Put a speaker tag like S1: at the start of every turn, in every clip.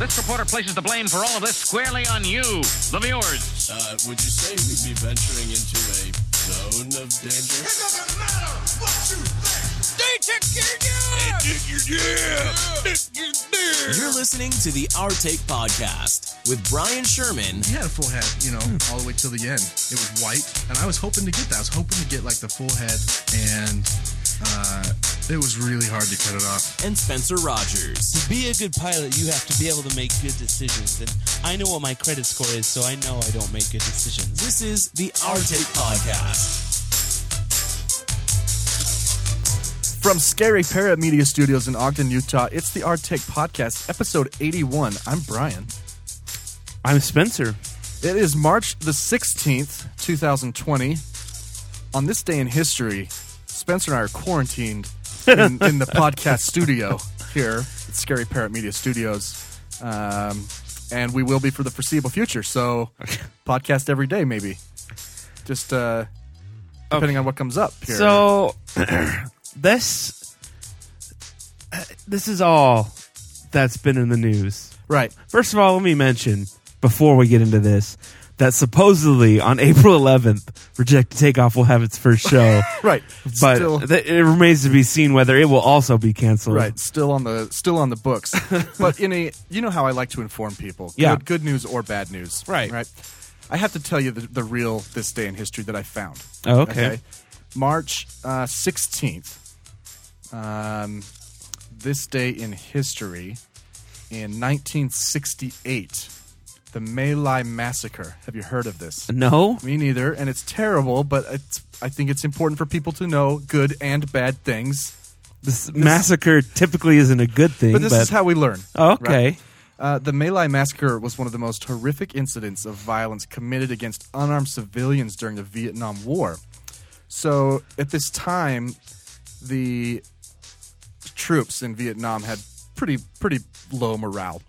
S1: This reporter places the blame for all of this squarely on you, the viewers.
S2: Uh, would you say we'd be venturing into a zone of danger?
S3: It doesn't matter what you think.
S4: You're listening to the Our Take Podcast with Brian Sherman
S5: He had a full head, you know, all the way till the end. It was white, and I was hoping to get that. I was hoping to get like the full head, and uh, it was really hard to cut it off.
S4: and Spencer Rogers.
S6: To be a good pilot, you have to be able to make good decisions. And I know what my credit score is, so I know I don't make good decisions.
S4: This is the Our Take Podcast.
S7: From Scary Parrot Media Studios in Ogden, Utah, it's the Art Tech Podcast, episode 81. I'm Brian.
S8: I'm Spencer.
S7: It is March the 16th, 2020. On this day in history, Spencer and I are quarantined in, in the podcast studio here at Scary Parrot Media Studios. Um, and we will be for the foreseeable future. So, podcast every day, maybe. Just uh, depending on what comes up here.
S8: So this uh, this is all that's been in the news.
S7: right.
S8: First of all, let me mention before we get into this that supposedly on April 11th, Rejected Takeoff will have its first show.
S7: Right.
S8: But
S7: Still-
S8: th- it remains to be seen whether it will also be canceled.
S7: Right, still on the still on the books, but in a you know how I like to inform people. Good-
S8: Yeah.
S7: good, news or bad news.
S8: Right.
S7: right. I have to tell you the, the real this day in history that I found.
S8: Oh, okay.
S7: March uh, sixteenth. um, this day in history, in nineteen sixty eight, the My Lai massacre. Have you heard of this?
S8: No.
S7: Me neither, and it's terrible. But it's, I think it's important for people to know good and bad things.
S8: This, massacre typically isn't a good thing.
S7: But this is how we learn.
S8: Oh, okay.
S7: right? Uh, the My Lai massacre was one of the most horrific incidents of violence committed against unarmed civilians during the Vietnam War. So at this time, the troops in Vietnam had pretty pretty low morale.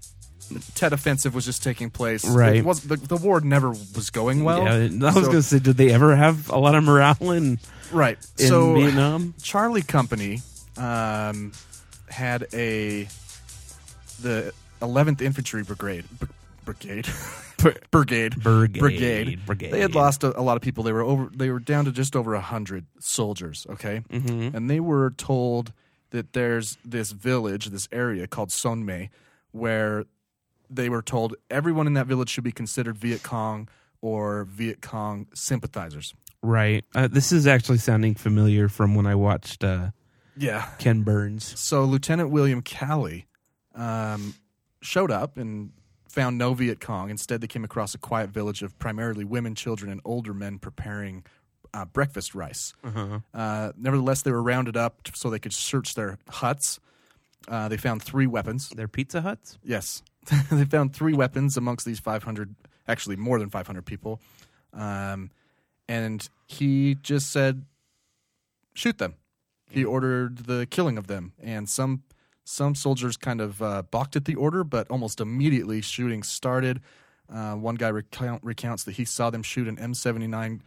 S7: The Tet offensive was just taking place.
S8: Right.
S7: It was, the, the war never was going well.
S8: yeah, I was
S7: So-
S8: going to say, did they ever have a lot of morale in,
S7: right.
S8: in
S7: so
S8: Vietnam?
S7: Charlie Company um, had a the 11th Infantry Brigade br- brigade brigade
S8: Brigade.
S7: brigade
S8: Brigade.
S7: They had lost a, a lot of people. They were over. They were down to just over hundred soldiers. Okay,
S8: Mm-hmm.
S7: and they were told that there's this village, this area called Sonme, where they were told everyone in that village should be considered Viet Cong or Viet Cong sympathizers.
S8: Right. Uh, this is actually sounding familiar from when I watched uh,
S7: Yeah,
S8: Ken Burns.
S7: So Lieutenant William Cowley um, showed up and found no Viet Cong. Instead, they came across a quiet village of primarily women, children, and older men preparing uh, breakfast rice. Uh, nevertheless, they were rounded up t- so they could search their huts. Uh, they found three weapons.
S8: They're Pizza Huts?
S7: Yes. they found three weapons amongst these 500, actually more than 500 people. Um, and he just said, shoot them. He ordered the killing of them. And some, some soldiers kind of uh, balked at the order, but almost immediately shooting started. Uh, one guy recount, recounts that he saw them shoot an M79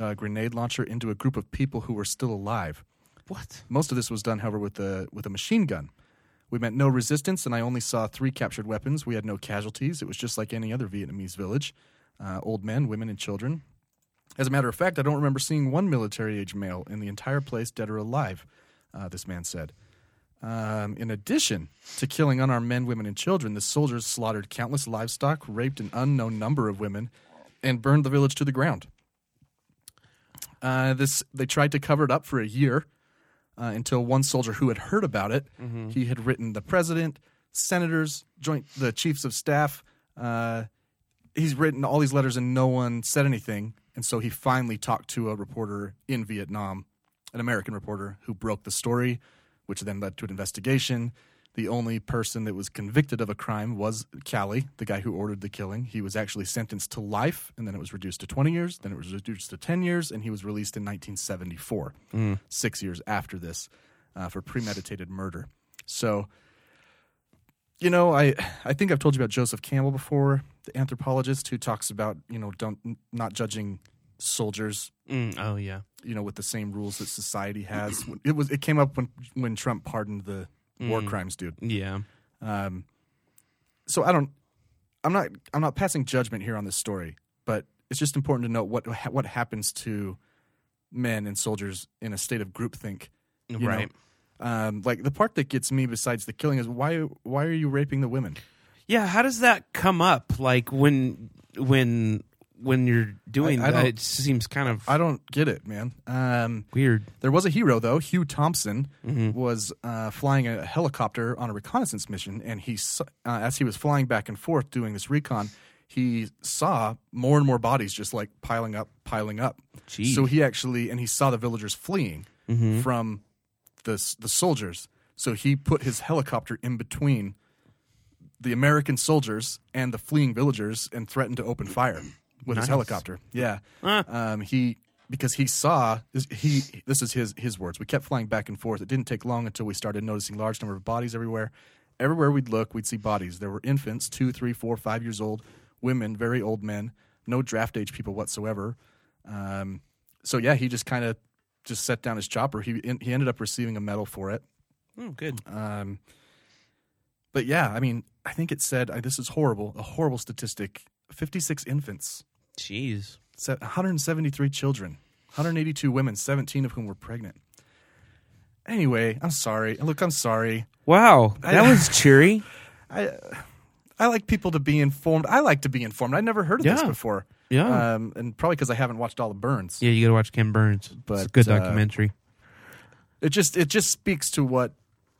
S7: uh, grenade launcher into a group of people who were still alive.
S8: What?
S7: Most of this was done, however, with a with a machine gun. We met no resistance, and I only saw three captured weapons. We had no casualties. It was just like any other Vietnamese village: uh, old men, women, and children. As a matter of fact, I don't remember seeing one military-age male in the entire place, dead or alive. Uh, this man said. Um, in addition to killing unarmed men, women, and children, the soldiers slaughtered countless livestock, raped an unknown number of women, and burned the village to the ground. Uh, this they tried to cover it up for a year uh, until one soldier who had heard about it, he had written the president, senators, joint the chiefs of staff. Uh, he's written all these letters and no one said anything, and so he finally talked to a reporter in Vietnam, an American reporter who broke the story, which then led to an investigation. The only person that was convicted of a crime was Callie, the guy who ordered the killing. He was actually sentenced to life, and then it was reduced to 20 years, then it was reduced to 10 years, and he was released in 1974 six years after this uh, for premeditated murder. So, you know, I I think I've told you about Joseph Campbell before, the anthropologist who talks about you know don't n- not judging soldiers
S8: oh, yeah.
S7: you know with the same rules that society has. It was it came up when when Trump pardoned the war crimes dude.
S8: Yeah.
S7: so I don't. I'm not. I'm not passing judgment here on this story, but it's just important to note what what happens to men and soldiers in a state of groupthink. you know?
S6: Right.
S7: Um, like the part that gets me, besides the killing, is why why are you raping the women?
S8: Yeah, how does that come up? Like when when when you're doing
S7: I- I
S8: that,
S7: don't-
S8: it seems kind of
S7: I don't get it, man. Um,
S8: weird.
S7: There was a hero, though. Hugh Thompson was uh, flying a helicopter on a reconnaissance mission, and he, s- uh, as he was flying back and forth doing this recon, he saw more and more bodies just like piling up, piling up.
S8: Jeez.
S7: So he actually, and he saw the villagers fleeing from the s- the soldiers. So he put his helicopter in between the American soldiers and the fleeing villagers and threatened to open fire with his helicopter. Yeah, um, he because he saw this- he this is his his words. We kept flying back and forth. It didn't take long until we started noticing large number of bodies everywhere. Everywhere we'd look, we'd see bodies. There were infants, two, three, four, five years old, women, very old men, no draft age people whatsoever. Um, so yeah, he just kind of just set down his chopper. He he ended up receiving a medal for it.
S8: Oh, good.
S7: Um, but yeah, I mean, I think it said I, this is horrible, a horrible statistic. Fifty-six infants,
S8: Jeez.
S7: se- 173 children, 182 women, 17 of whom were pregnant. Anyway, I'm sorry. Look, I'm sorry.
S8: Wow, that was cheery.
S7: I like people to be informed. I like to be informed. I never heard of this
S8: Yeah.
S7: before.
S8: Yeah.
S7: um, and probably because I haven't watched all the burns.
S8: Yeah, you got to watch Ken Burns. it's a
S7: But,
S8: good
S7: uh,
S8: documentary.
S7: It just it just speaks to what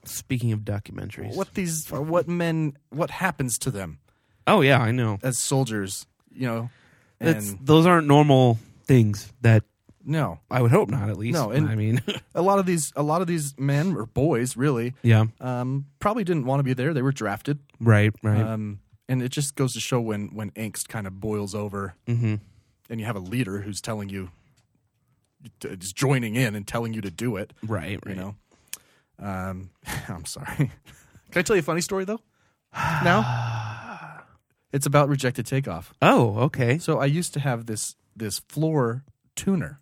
S8: Speaking of documentaries,
S7: what these what men what happens to them
S8: oh yeah, I know.
S7: as soldiers. You know,
S8: That's,
S7: and
S8: those aren't normal things. That
S7: no,
S8: I would hope not. At least,
S7: No, and-
S8: I mean,
S7: a lot of these a lot of these men or boys really
S8: yeah,
S7: um, probably didn't want to be there they were drafted
S8: right, right.
S7: um, and it just goes to show when when angst kind of boils over and you have a leader who's telling you is joining in and telling you to do it
S8: right, right.
S7: you know um, i'm sorry can i tell you a funny story though now it's about rejected takeoff
S8: Oh, okay.
S7: so i used to have this this floor tuner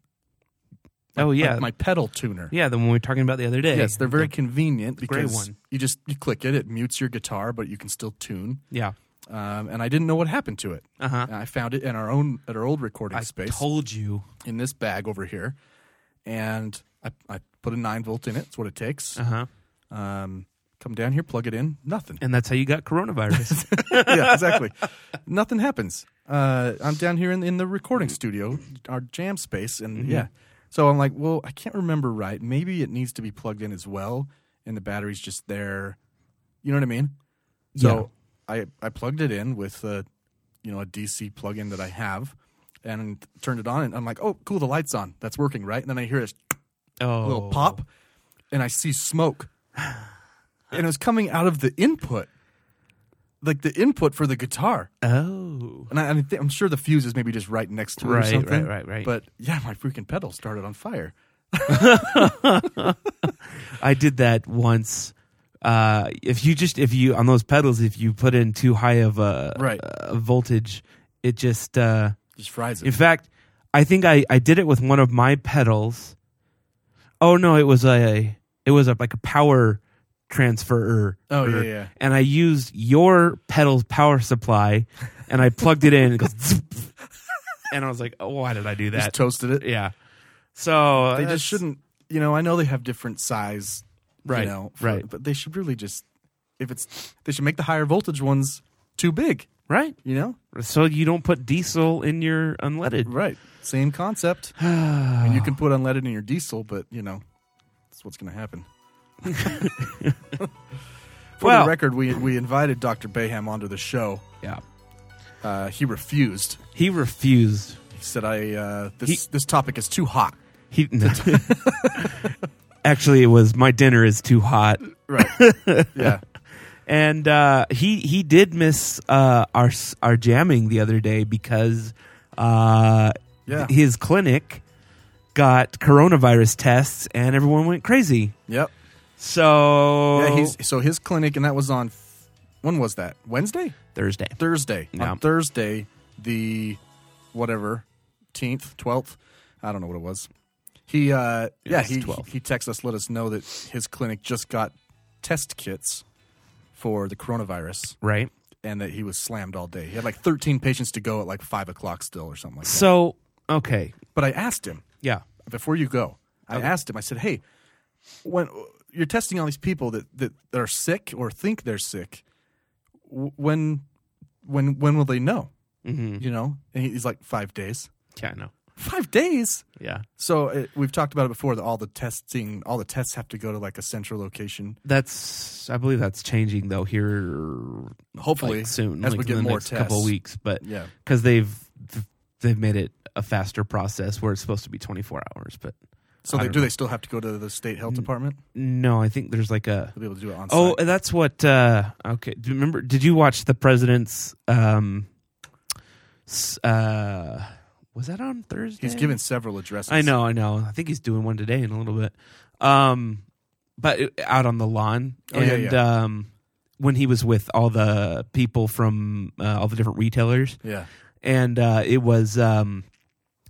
S8: oh
S7: like
S8: yeah,
S7: my pedal tuner
S8: yeah. The one we were talking about the other day.
S7: Yes, they're very convenient
S8: gray
S7: because
S8: one.
S7: you just you click it, it mutes your guitar, but you can still tune.
S8: yeah.
S7: Um, and I didn't know what happened to it.
S8: Uh huh.
S7: And I found it in our own at our old recording
S8: I
S7: space
S8: told you.
S7: in this bag over here, and I, I put a nine volt in it. It's what it takes.
S8: Uh huh.
S7: Um, come down here, plug it in, nothing.
S8: And that's how you got coronavirus.
S7: yeah, exactly. Nothing happens. Uh, I'm down here in, in the recording studio, our jam space, and yeah. So I'm like, well, I can't remember right. Maybe it needs to be plugged in as well, and the battery's just there. You know what I mean? So I I plugged it in with a, you know, a DC plug-in that I have, and turned it on, and I'm like, oh, cool, the light's on. That's working, right? And then I hear this
S8: oh,
S7: little pop, and I see smoke, and it was coming out of the input, like the input for the guitar.
S8: Oh,
S7: And I, and I thi- I'm sure the fuse is maybe just right next to it or
S8: Right,
S7: something.
S8: right, right, right.
S7: But yeah, my freaking pedal started on fire.
S8: I did that once. Uh, if you just if you on those pedals, if you put in too high of a
S7: Right.
S8: a voltage, it just. Uh,
S7: Just fries it.
S8: in fact, I think I I did it with one of my pedals. Oh no, it was a it was a like a power transfer.
S7: Oh, yeah, yeah.
S8: And I used your pedal's power supply, and I plugged it in. And it goes, zip. and I was like, oh, why did I do
S7: just
S8: that?
S7: toasted it.
S8: yeah. So
S7: they
S8: that's-
S7: just shouldn't. You know, I know they have different size.
S8: Right,
S7: You know, for-
S8: right.
S7: But they should really just if it's they should make the higher voltage ones too big.
S8: right.
S7: You know,
S8: So you don't put diesel in your unleaded.
S7: right? Same concept. I mean, you can put unleaded in your diesel, but you know, that's what's going to happen. For
S8: Well-
S7: the record, we we invited Dr. Bayham onto the show.
S8: Yeah.
S7: Uh, he refused.
S8: He refused.
S7: said I uh, this
S8: He-
S7: this topic is too hot.
S8: He no. actually it was my dinner is too hot,
S7: Right. yeah.
S8: and uh, he he did miss uh, our s- our jamming the other day because uh,
S7: Yeah.
S8: his clinic got coronavirus tests and everyone went crazy.
S7: Yep.
S8: So
S7: Yeah, he's so his clinic and that was on f- when was that? Wednesday?
S8: Thursday.
S7: Thursday.
S8: Yeah.
S7: On Thursday, the whatever, 10th, 12th, I don't know what it was. He uh yeah,
S8: was
S7: he
S8: 12th.
S7: he texted us let us know that his clinic just got test kits for the coronavirus
S8: Right.
S7: and that he was slammed all day. He had like 13 patients to go at like five o'clock still or something like that.
S8: So okay,
S7: But I asked him
S8: yeah,
S7: before you go. I asked him. I said, "Hey, when you're testing all these people that that, that are sick or think they're sick, w- when when when will they know? Mm-hmm. You know?" And he- he's like, five days."
S8: yeah, I know,
S7: Five days.
S8: yeah.
S7: So it, we've talked about it before that all the testing, all the tests have to go to like a central location.
S8: That's I believe that's changing though here
S7: Hopefully
S8: like, soon
S7: as
S8: like
S7: we get
S8: in the
S7: more
S8: next
S7: tests.
S8: couple weeks but
S7: Yeah.
S8: because they've they've made it a faster process where it's supposed to be 24 hours but
S7: So
S8: I
S7: they,
S8: don't
S7: do
S8: know.
S7: they still have to go to the state health department
S8: no i think there's like a
S7: to be able to do it on
S8: oh
S7: site?
S8: that's what uh okay do you remember did you watch the president's um s- uh was that on thursday
S7: He's given several addresses.
S8: uh, I know, I know. I think he's doing one today in a little bit. Um, but it- out on the lawn,
S7: Oh, yeah,
S8: and
S7: yeah.
S8: um, when he was with all the people from uh, all the different retailers,
S7: Yeah.
S8: and uh, it was um,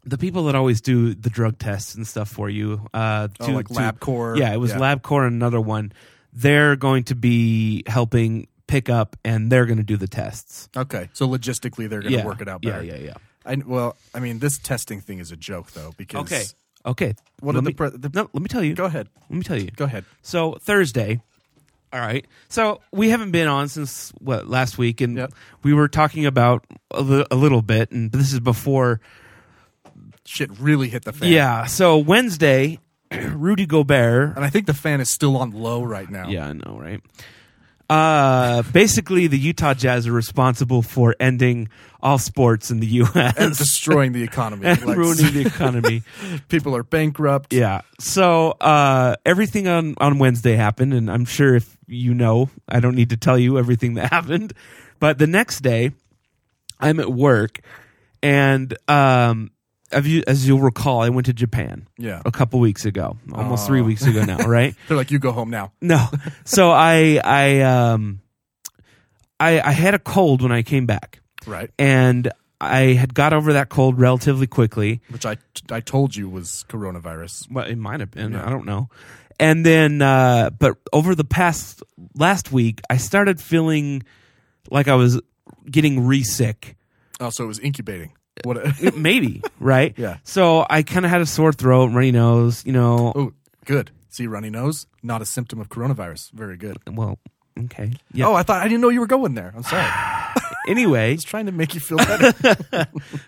S8: the people that always do the drug tests and stuff for you. Uh,
S7: Oh, like LabCorp.
S8: Yeah, it was
S7: Yeah.
S8: LabCorp and another one. They're going to be helping pick up, and they're going to do the tests.
S7: Okay. So logistically, they're going to
S8: yeah,
S7: work it out
S8: Yeah,
S7: better.
S8: yeah, yeah.
S7: I, well, I mean, this testing thing is a joke, though, because
S8: Okay, okay.
S7: What
S8: let
S7: did the
S8: me,
S7: pre- the-
S8: no? Mm, Let me tell you.
S7: Go ahead.
S8: Let me tell you.
S7: Go ahead.
S8: So Thursday. All right. So we haven't been on since what last week, and
S7: Yep.
S8: we were talking about a li- a little bit, and this is before.
S7: Shit really hit the fan.
S8: Yeah. So Wednesday, Rudy Gobert.
S7: And I think the fan is still on low right now.
S8: Oh. Yeah, I know, right? Uh, basically, the Utah Jazz are responsible for ending all sports in the
S7: And
S8: U.S.
S7: destroying the economy.
S8: and
S7: Like,
S8: ruining the economy.
S7: people are bankrupt.
S8: Yeah. So uh, everything on, on Wednesday happened, and I'm sure if you know, I don't need to tell you everything that happened. But the next day, I'm at work, and um, as, you, as you'll recall, I went to Japan.
S7: Yeah.
S8: A couple weeks ago, almost three weeks ago now, right?
S7: They're like, you go home now.
S8: no. So I I um I I had a cold when I came back,
S7: Right.
S8: and I had got over that cold relatively quickly.
S7: Which I, I told you was coronavirus.
S8: Well, it might have been. I don't know. And then, uh, but over the past last week, I started feeling like I was getting re sick.
S7: Oh, so it was incubating. What?
S8: Maybe, right?
S7: Yeah.
S8: So I kind of had a sore throat, runny nose, you know.
S7: oh, good. See, runny nose, not a symptom of coronavirus. Very good.
S8: Well, okay. Yeah.
S7: Oh, I thought I didn't know you were going there. I'm sorry.
S8: anyway,
S7: Just trying to make you feel better.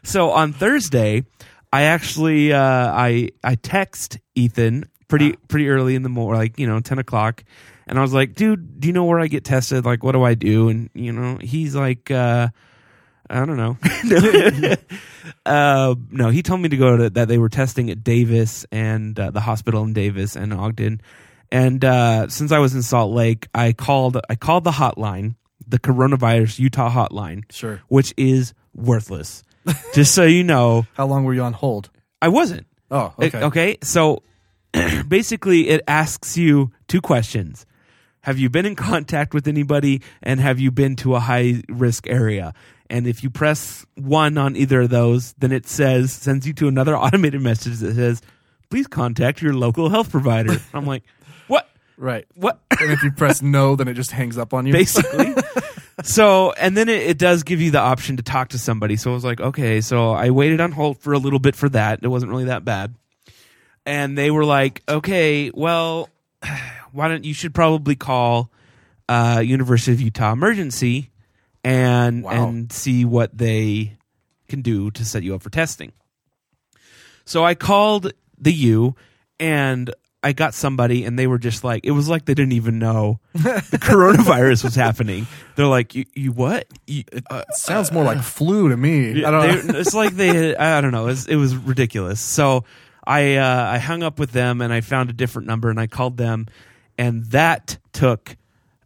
S8: so on Thursday, I actually uh, I I text Ethan pretty pretty early in the morning, like you know ten o'clock, and I was like, dude, do you know where I get tested? Like, what do I do? And you know, he's like, uh, I don't know. uh, no, he told me to go to that they were testing at Davis and uh, the hospital in Davis and Ogden. And uh, since I was in Salt Lake, I called I called the hotline, the coronavirus Utah hotline,
S7: Sure.
S8: which is worthless. Just so you know,
S7: How long were you on hold?
S8: I wasn't.
S7: Oh,
S8: It-
S7: okay.
S8: okay. So basically, it asks you two questions. Have you been in contact with anybody and have you been to a high risk area? And if you press one on either of those, then it says, sends you to another automated message that says, please contact your local health provider. I'm like, what?
S7: Right.
S8: What?
S7: and if you press no, then it just hangs up on you.
S8: basically. so, and then it, it does give you the option to talk to somebody. So I was like, okay. So I waited on hold for a little bit for that. It wasn't really that bad. And they were like, okay, well, why don't you should probably call uh, University of Utah Emergency and
S7: Wow.
S8: and see what they can do to set you up for testing. So I called the U and I got somebody and they were just like it was like they didn't even know the coronavirus was happening. They're like you you what? You, uh,
S7: Sounds more like flu to me. I don't know.
S8: they- it's like they I don't know. It was, it was ridiculous. So I uh, I hung up with them and I found a different number and I called them and that took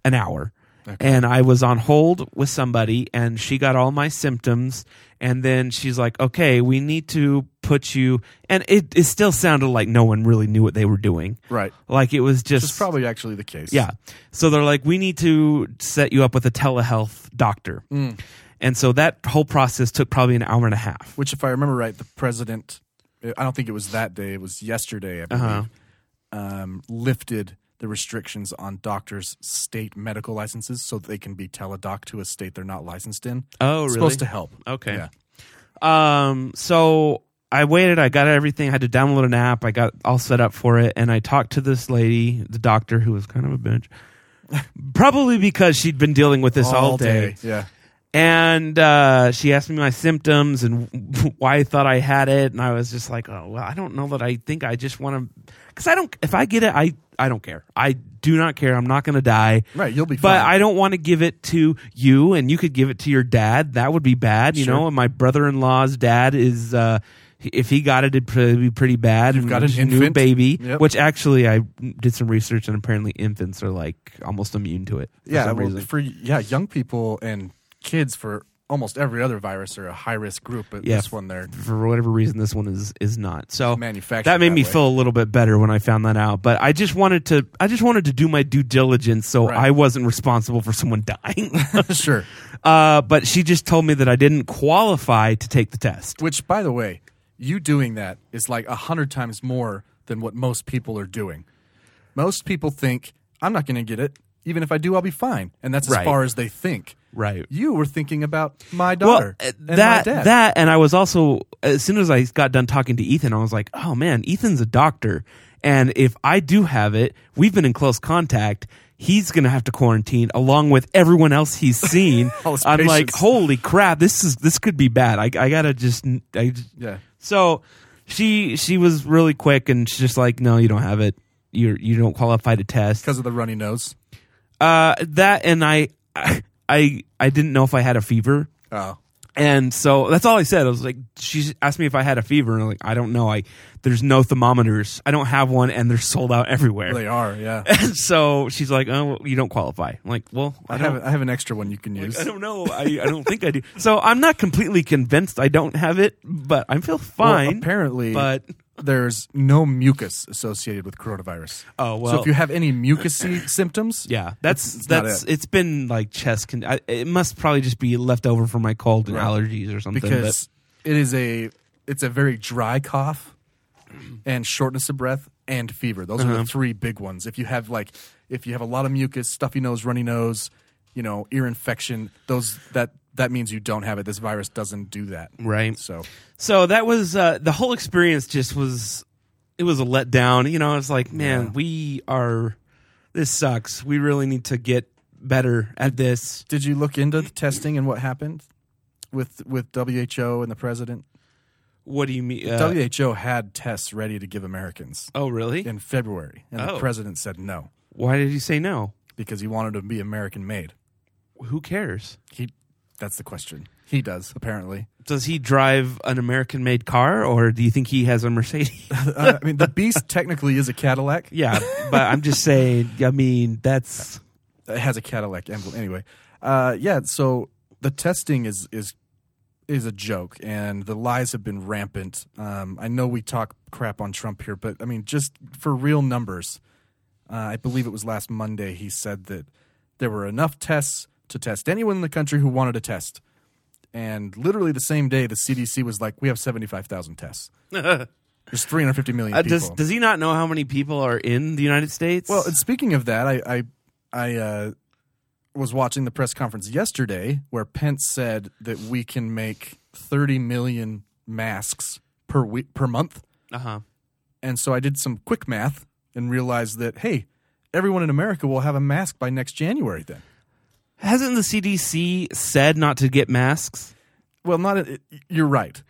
S8: an hour. And I was on hold with somebody and she got all my symptoms and then she's like, "Okay, we need to put you." And it it still sounded like no one really knew what they were doing.
S7: Right.
S8: Like it was just
S7: It's probably actually the case.
S8: yeah. So they're like, we need to set you up with a telehealth doctor. And so that whole process took probably an hour and a half.
S7: Which, if I remember right, the
S8: Uh-huh.
S7: president, I don't think it was that day, it was yesterday, I believe, um, lifted the restrictions on doctors' state medical licenses so that they can be teledoc to a state they're not licensed in.
S8: Oh,
S7: It's
S8: really?
S7: Supposed to help.
S8: Okay.
S7: Yeah.
S8: Um, so I waited. I got everything. I had to download an app. I got all set up for it, and I talked to this lady, the doctor, who was kind of a bitch, probably because she'd been dealing with this all, day.
S7: Yeah.
S8: And uh, she asked me my symptoms and why I thought I had it, and I was just like, "Oh, well, I don't know that I think I just want to, because I don't. If I get it, I I don't care. I do not care. I'm not going to die.
S7: Right, you'll be fine.
S8: But I don't want to give it to you, and you could give it to your dad. That would be bad, you
S7: Sure.
S8: know. And my brother-in-law's dad is, uh, if he got it, it'd probably be pretty bad. You've
S7: got an
S8: new
S7: infant.
S8: baby,
S7: Yep.
S8: which actually I did some research, and apparently infants are like almost immune to it. For
S7: yeah,
S8: some
S7: well,
S8: reason.
S7: for yeah, young people and kids for almost every other virus are a high risk group, but
S8: Yeah.
S7: this one there,
S8: for whatever reason this one is is not so
S7: manufactured
S8: that made
S7: that
S8: me
S7: way.
S8: feel a little bit better when i found that out but i just wanted to i just wanted to do my due diligence so
S7: Right.
S8: i wasn't responsible for someone dying
S7: sure.
S8: uh, but she just told me that i didn't qualify to take the test
S7: Which, by the way, you doing that is like a hundred times more than what most people are doing. Most people think I'm not going to get it. Even if I do, I'll be fine, and that's as
S8: Right.
S7: far as they think.
S8: Right.
S7: You were thinking about my daughter
S8: Well, uh,
S7: and
S8: that
S7: my dad.
S8: that and I was also as soon as I got done talking to Ethan, I was like, "Oh man, Ethan's a doctor, and if I do have it, we've been in close contact. He's going to have to quarantine along with everyone else he's seen."
S7: All his
S8: I'm like,
S7: patients.
S8: "Holy crap, this is this could be bad. I I gotta just I just-
S7: Yeah.
S8: So she she was really quick and she's just like, "No, you don't have it. You you don't qualify to test."
S7: because of the runny nose.
S8: Uh, that and I I I didn't know if I had a fever.
S7: Oh,
S8: And so that's all I said. I was like, she asked me if I had a fever, and I'm like, I don't know. I there's no thermometers. I don't have one, and they're sold out everywhere.
S7: they are. Yeah,
S8: And so she's like, oh, well, you don't qualify. I'm like, well, I
S7: I
S8: don't.
S7: have I have an extra one you can use.
S8: I don't know. I, I don't think I do. So I'm not completely convinced I don't have it, but I feel
S7: Well,
S8: fine.
S7: apparently,
S8: but
S7: there's no mucus associated with coronavirus.
S8: Oh, well.
S7: So if you have any mucusy symptoms,
S8: yeah, that's
S7: it's- it's not
S8: that's
S7: it.
S8: it's been like chest. Con- I, it must probably just be left over from my cold and
S7: Right.
S8: allergies or something.
S7: because it is a it's a very dry cough and shortness of breath and fever. Those
S8: Uh-huh.
S7: are the three big ones. If you have like if you have a lot of mucus, stuffy nose, runny nose, you know, ear infection, those that that means you don't have it. This virus doesn't do that.
S8: but, right.
S7: So
S8: So that was uh, the whole experience. Just was it was a letdown. You know, it's like, man, we are this sucks. We really need to get better at this.
S7: did you look into the testing and what happened with with WHO and the president?
S8: What do you mean? Uh,
S7: WHO had tests ready to give Americans
S8: oh, really?
S7: in February, and
S8: Oh.
S7: the president said no
S8: Why did you say no?
S7: because he wanted to be American made.
S8: Who cares?
S7: He, that's the question. He does apparently.
S8: Does he drive an American-made car, or do you think he has a Mercedes?
S7: Uh, I mean, the Beast technically is a Cadillac.
S8: yeah, but I'm just saying. I mean, that's
S7: it has a Cadillac emblem. Anyway, uh, yeah. So the testing is is is a joke, and the lies have been rampant. Um, I know we talk crap on Trump here, but I mean, just for real numbers, uh, I believe it was last Monday he said that there were enough tests to test anyone in the country who wanted a test. And literally the same day, the CDC was like, "We have seventy-five thousand tests. There's three hundred fifty million
S8: uh,
S7: people."
S8: does does he not know how many people are in the United States?
S7: Well, and speaking of that, I I, I uh, was watching the press conference yesterday where Pence said that we can make 30 million masks per week per month,
S8: uh huh.
S7: and so I did some quick math and realized that hey, everyone in America will have a mask by next January. Then,
S8: Hasn't the CDC said not to get masks?
S7: well, not it, you're right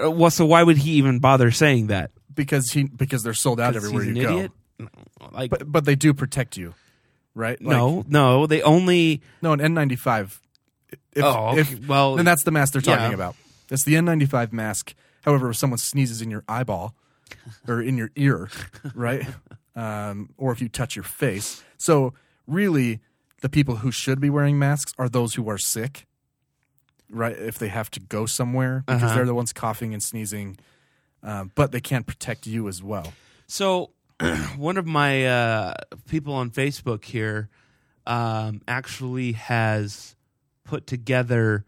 S8: Uh, well, so why would he even bother saying that?
S7: because he because they're sold out
S8: 'Cause
S7: everywhere
S8: he's
S7: you
S8: an
S7: go.
S8: idiot? Like,
S7: But but they do protect you, right? Like-
S8: no, no, they only
S7: No, an N95. If,
S8: Oh, okay.
S7: if-
S8: Well,
S7: then that's the mask they're talking
S8: yeah.
S7: about. It's the N95 mask. However, if someone sneezes in your eyeball or in your ear, right, um, or if you touch your face, so really, the people who should be wearing masks are those who are sick, right? If they have to go somewhere because
S8: Uh-huh.
S7: they're the ones coughing and sneezing, um, but they can't protect you as well.
S8: so. one of my uh, people on Facebook here um, actually has put together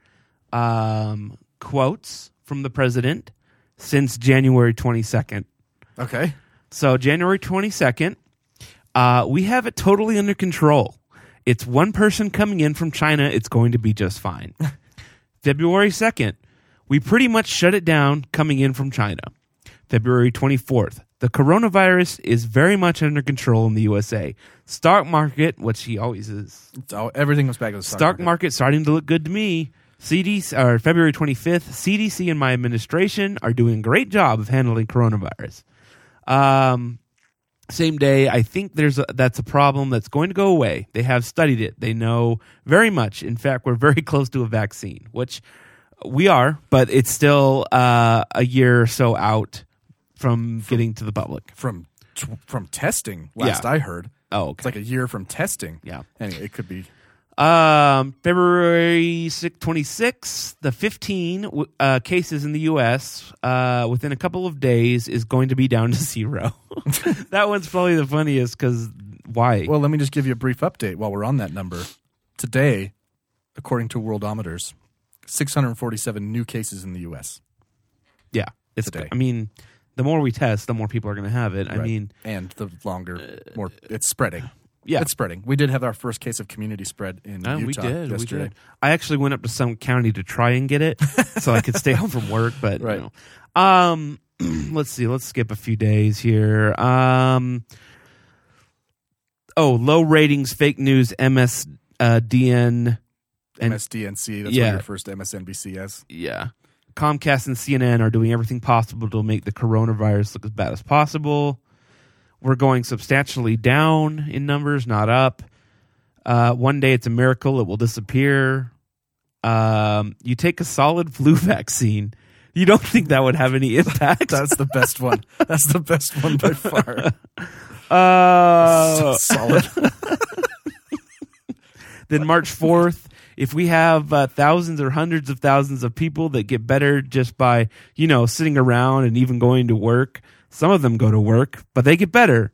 S8: um, quotes from the president since January twenty second.
S7: Okay,
S8: So January 22nd, Uh, we have it totally under control. It's one person coming in from China. It's going to be just fine. February 2nd, we pretty much shut it down coming in from China. February 24th, the coronavirus is very much under control in the USA. Stock market, which he always is,
S7: So everything comes back to the stock,
S8: stock market starting to look good to me. CDC or February 25th, CDC and my administration are doing a great job of handling coronavirus. Um, same day, I think there's a, that's a problem that's going to go away. They have studied it. They know very much. In fact, we're very close to a vaccine, which we are, but it's still uh, a year or so out from getting to the public.
S7: from tw- from testing. Last
S8: Yeah.
S7: I heard,
S8: Oh, okay.
S7: it's like a year from testing.
S8: Yeah.
S7: anyway, it could be.
S8: Um, February six- 26th, the 15 w- uh, cases in the U.S. Uh, within a couple of days is going to be down to zero. that one's probably the funniest because why?
S7: Well, let me just give you a brief update while we're on that number. Today, according to Worldometers, 647 new cases in the U.S.
S8: yeah, it's.
S7: today.
S8: I mean, the more we test, the more people are going to have it. I
S7: Right.
S8: mean, uh,
S7: and the longer, more it's spreading.
S8: yeah,
S7: it's spreading. We did have our first case of community spread in
S8: Uh, we
S7: Utah
S8: did.
S7: yesterday.
S8: We did. I actually went up to some county to try and get it so I could stay home from work, but
S7: Right.
S8: you know. Um, let's see. Let's skip a few days here. Um, oh, low ratings, fake news, MS, uh, DN, And-
S7: MSDNC. That's
S8: Yeah.
S7: what your first MSNBC is.
S8: yeah. Comcast and CNN are doing everything possible to make the coronavirus look as bad as possible. We're going substantially down in numbers, not up. Uh, one day it's a miracle, it will disappear. Um, you take a solid flu vaccine. You don't think that would have any impact?
S7: That's the best one. That's the best one by far.
S8: uh,
S7: Solid.
S8: then March 4th, if we have uh, thousands or hundreds of thousands of people that get better just by, you know, sitting around and even going to work, some of them go to work, but they get better.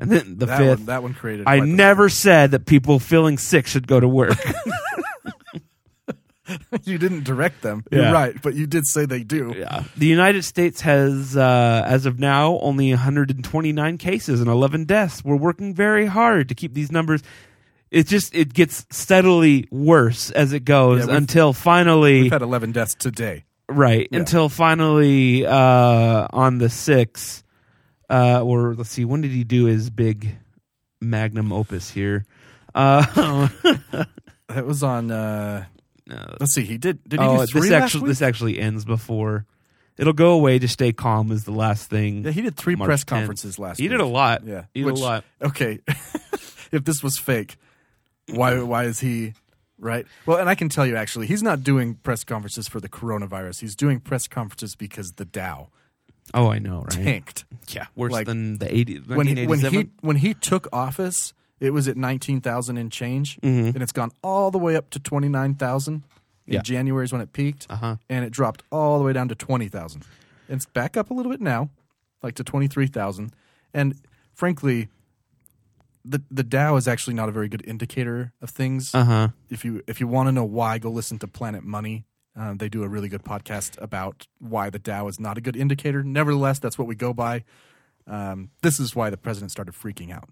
S8: And then the
S7: That
S8: 5th,
S7: one. That one created.
S8: I
S7: by the-
S8: never said that people feeling sick should go to work.
S7: You didn't direct them.
S8: Yeah.
S7: You're right, but you did say they do.
S8: yeah. The United States has, uh, as of now, only 129 cases and 11 deaths. We're working very hard to keep these numbers. It just it gets steadily worse as it goes
S7: Yeah, we've-
S8: until finally
S7: We've had 11 deaths today.
S8: right until finally uh on the sixth uh or let's see when did he do his big magnum opus here uh
S7: That was on. Uh,
S8: no.
S7: let's see. He did. Did he
S8: oh
S7: do three
S8: this
S7: last
S8: actually
S7: week?
S8: this actually ends before it'll go away to stay calm is the last thing
S7: Yeah, he did three
S8: March
S7: press
S8: 10th.
S7: conferences last.
S8: he did
S7: week.
S8: a lot
S7: Yeah,
S8: he did
S7: Which-
S8: a lot
S7: Okay, if this was fake, why why is he right? Well, and I can tell you actually, he's not doing press conferences for the coronavirus. He's doing press conferences because the Dow
S8: oh i know right
S7: tanked.
S8: yeah worse
S7: Like,
S8: than the 80
S7: when he, when
S8: 1987.
S7: he when he took office, it was at nineteen thousand and change, and it's gone all the way up to twenty nine thousand. In
S8: Mm-hmm. Yeah.
S7: January is when it peaked,
S8: Uh-huh.
S7: and it dropped all the way down to twenty thousand. It's back up a little bit now, like to twenty three thousand. And frankly, the the Dow is actually not a very good indicator of things.
S8: uh-huh
S7: If you if you want to know why, go listen to Planet Money. Um, they do a really good podcast about why the Dow is not a good indicator. Nevertheless, that's what we go by um, this is why the president started freaking out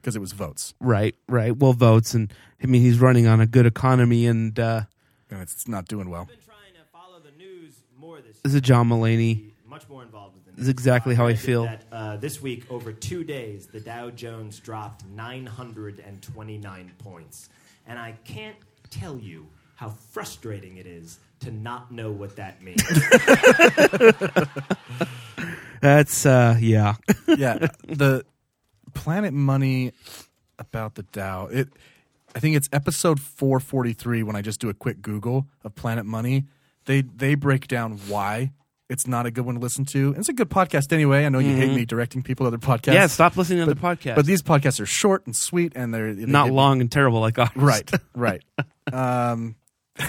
S7: because it was votes
S8: right right well votes and i mean he's running on a good economy and uh
S7: and it's not doing well.
S9: trying to follow the news more this
S8: this is john mullaney
S9: much more involved with the news.
S8: is exactly how I
S9: read
S8: feel.
S9: That, uh, this week, over two days, the Dow Jones dropped 929 points, and I can't tell you how frustrating it is to not know what that means.
S8: That's uh yeah.
S7: Yeah, the Planet Money about the Dow. It, I think it's episode four forty three. When I just do a quick Google of Planet Money, they they break down why it's not a good one to listen to. And it's a good podcast anyway. I know you hate me directing people to other podcasts.
S8: yeah, stop listening to the podcast.
S7: But these podcasts are short and sweet, and they're they
S8: not
S7: give-
S8: long and terrible like ours.
S7: Right, right. um,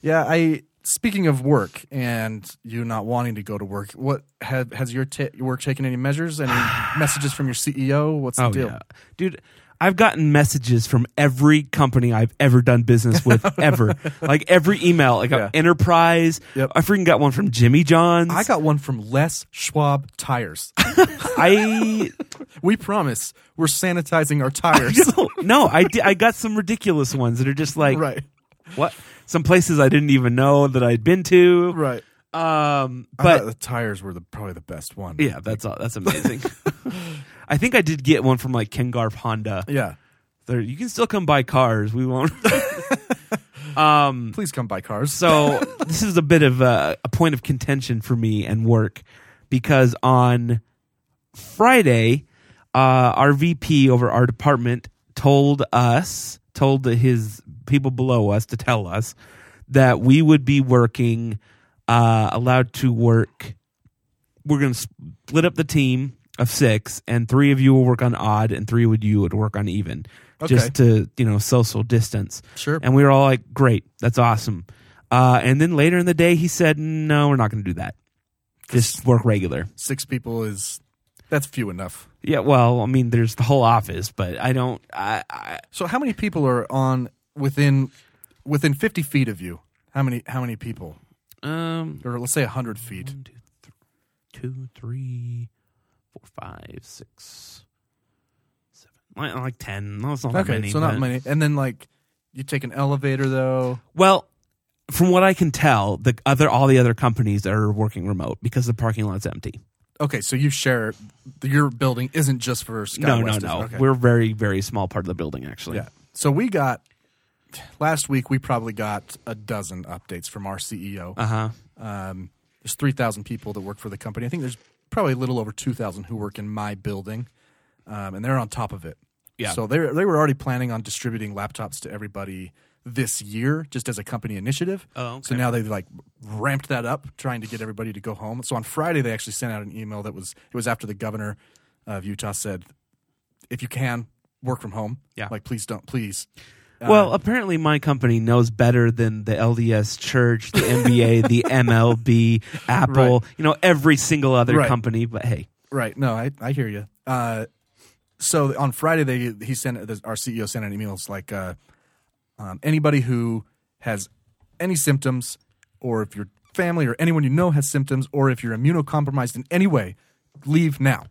S7: yeah, I. Speaking of work and you not wanting to go to work, what have, has your, ta your work taken any measures? Any messages from your CEO? E What's the
S8: Oh
S7: deal?
S8: yeah. Dude, I've gotten messages from every company I've ever done business with ever. Like every email, like
S7: Yeah.
S8: Enterprise.
S7: Yep.
S8: I freaking got one from Jimmy John's.
S7: I got one from Les Schwab Tires.
S8: I
S7: we promise we're sanitizing our tires.
S8: no, I di- I got some ridiculous ones that are just like
S7: right,
S8: what some places I didn't even know that I'd been to.
S7: right.
S8: Um,
S7: I
S8: but
S7: thought the tires were the probably the best one.
S8: yeah, that's all- that's amazing. I think I did get one from like Ken Garf Honda.
S7: yeah.
S8: There, you can still come buy cars. We won't.
S7: Please come buy cars.
S8: so this is a bit of a, a point of contention for me and work because on Friday, uh, our VP over our department told us, told his people below us to tell us that we would be working, uh, allowed to work. We're going to split up the team of six, and three of you will work on odd, and three of you would work on even, just to you know social distance.
S7: Sure.
S8: And we were all like, "Great, that's awesome." Uh, and then later in the day, he said, "No, we're not going to do that. Just work regular."
S7: Six people is that's few enough.
S8: Yeah, well, I mean, there's the whole office, but I don't. I, I
S7: So how many people are on within within fifty feet of you? How many how many people?
S8: um,
S7: Or let's say hundred feet.
S8: one, two, th- two, three, four, five, six, seven, like, like ten. No, it's not that
S7: Okay,
S8: many.
S7: so not
S8: but-
S7: many. And then like you take an elevator though.
S8: Well, from what I can tell, the other all the other companies are working remote because the parking lot's empty.
S7: Okay, so you share your building isn't just for Sky
S8: no,
S7: West, is it?
S8: no, no.
S7: Okay.
S8: We're a very, very small part of the building, actually.
S7: Yeah. So we got last week. We probably got a dozen updates from our E CEO.
S8: Uh huh.
S7: Um, there's three thousand people that work for the company. I think there's probably a little over two thousand who work in my building, um, and they're on top of it.
S8: Yeah.
S7: So they they were already planning on distributing laptops to everybody this year, just as a company initiative.
S8: Oh, okay.
S7: So now they've like ramped that up, trying to get everybody to go home. So on Friday they actually sent out an email that was it was after the governor of Utah said, if you can work from home,
S8: Yeah.
S7: like please don't please Uh,
S8: Well, apparently my company knows better than the LDS Church, the NBA, the MLB, Apple, you know, every single other
S7: Right.
S8: company. But hey,
S7: Right. No, I, I hear you. Uh, so on Friday, they he sent the- our CEO sent out emails like uh, um, anybody who has any symptoms, or if your family or anyone you know has symptoms, or if you're immunocompromised in any way, leave now.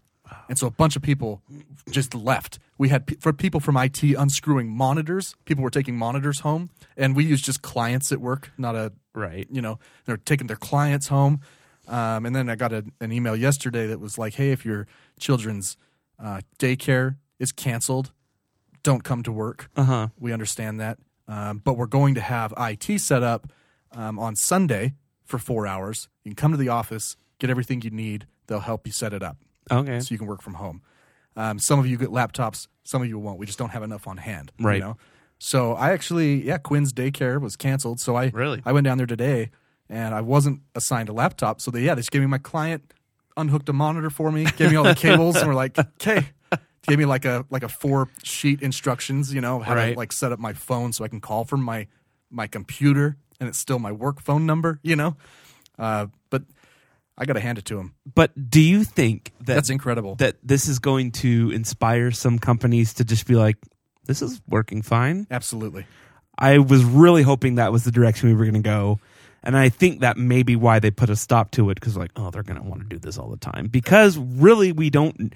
S7: And so a bunch of people just left. We had pe- for people from IT unscrewing monitors. People were taking monitors home, and we used just clients at work, not a
S8: Right.
S7: you know they're taking their clients home um, and then i got a, an email yesterday that was like hey if your children's uh, daycare is canceled don't come to work
S8: Uh-huh.
S7: we understand that um, but we're going to have it set up um, on sunday for four hours you can come to the office get everything you need they'll help you set it up
S8: okay.
S7: so you can work from home. Um, some of you get laptops, some of you won't. We just don't have enough on hand, you
S8: Right.
S7: know? So I actually, yeah, Quinn's daycare was canceled. So I
S8: Really?
S7: I went down there today, and I wasn't assigned a laptop. So they yeah, they just gave me my client, unhooked a monitor for me, gave me all the cables, and we're like, okay. Gave me like a like a four sheet instructions, you know, how
S8: Right.
S7: to like set up my phone so I can call from my my computer, and it's still my work phone number, you know. Uh, but I got to hand it to him.
S8: But do you think that
S7: That's incredible.
S8: that this is going to inspire some companies to just be like, this is working fine?
S7: Absolutely.
S8: I was really hoping that was the direction we were going to go. And I think that may be why they put a stop to it because, like, oh, they're going to want to do this all the time. Because really, we don't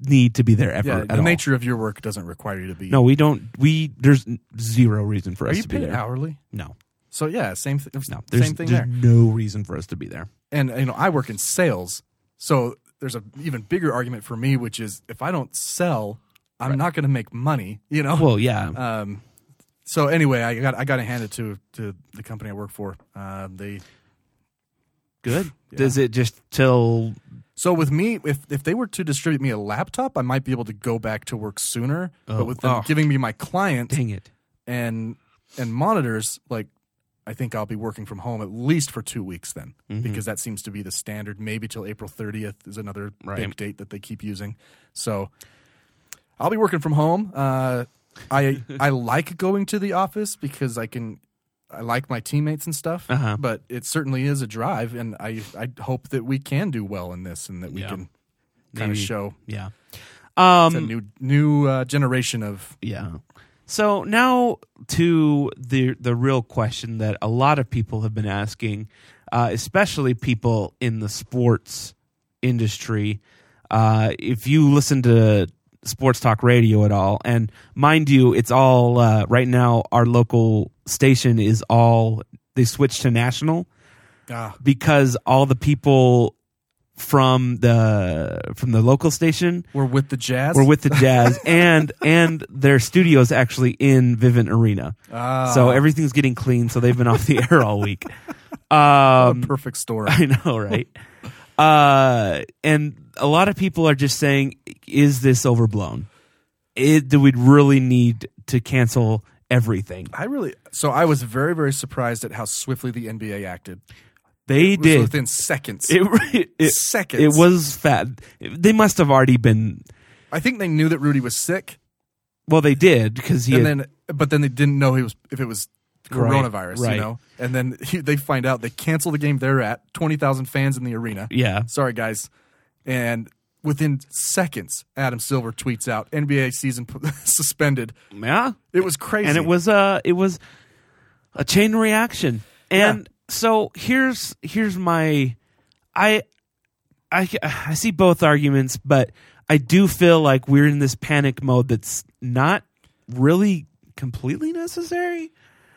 S8: need to be there ever.
S7: Yeah,
S8: at
S7: the
S8: all.
S7: nature of your work doesn't require you to be.
S8: No, we don't. We there's n- zero reason for
S7: are
S8: us
S7: you
S8: to be
S7: paid
S8: there.
S7: hourly?
S8: No,
S7: So yeah, same th-
S8: no. There's,
S7: same thing
S8: there's
S7: there.
S8: no reason for us to be there.
S7: And you know, I work in sales, so there's a even bigger argument for me, which is if I don't sell, I'm not going to make money. You know.
S8: Well, yeah.
S7: um, so anyway, I got I got to hand it to to the company I work for. Uh, they
S8: good. Does it just till?
S7: so with me, if if they were to distribute me a laptop, I might be able to go back to work sooner.
S8: Oh.
S7: but with them
S8: Oh.
S7: giving me my client,
S8: Dang it.
S7: and and monitors like I think I'll be working from home at least for two weeks then
S8: Mm-hmm.
S7: because that seems to be the standard. Maybe till April 30th is another
S8: Right.
S7: big date that they keep using. So I'll be working from home. Uh, I I like going to the office because I can I like my teammates and stuff.
S8: Uh-huh.
S7: But it certainly is a drive, and I I hope that we can do well in this and that we
S8: Yeah.
S7: can kind of
S8: Maybe. Um,
S7: show
S8: Yeah.
S7: It's a new new uh, generation of
S8: Yeah. Mm. So now to the the real question that a lot of people have been asking, uh, especially people in the sports industry. Uh, if you listen to sports talk radio at all, and mind you, it's all uh, right now. Our local station is all they switched to national
S7: ah,
S8: because all the people from the from the local station
S7: we're with the jazz.
S8: we're with the Jazz, and and their studio is actually in Vivint Arena,
S7: Ah.
S8: so everything's getting clean. So they've been off the air all week. Um,
S7: perfect story.
S8: I know, right? Uh, and a lot of people are just saying, "Is this overblown? It, do we really need to cancel everything?"
S7: I really so I was very very surprised at how swiftly the NBA acted.
S8: They
S7: It was
S8: did.
S7: within seconds.
S8: it, it,
S7: seconds.
S8: it was fat. They must have already been.
S7: I think they knew that Rudy was sick,
S8: Well, they did because he.
S7: and
S8: had-
S7: then but then they didn't know he was if it was
S8: Right,
S7: coronavirus,
S8: right.
S7: you know. And then he, they find out they cancel the game they're at. Twenty thousand fans in the arena.
S8: yeah,
S7: Sorry guys, and within seconds, Adam Silver tweets out NBA season p- suspended.
S8: yeah.
S7: It was crazy,
S8: and it was a it was a chain reaction. And so here's here's my I I I see both arguments, but I do feel like we're in this panic mode that's not really completely necessary.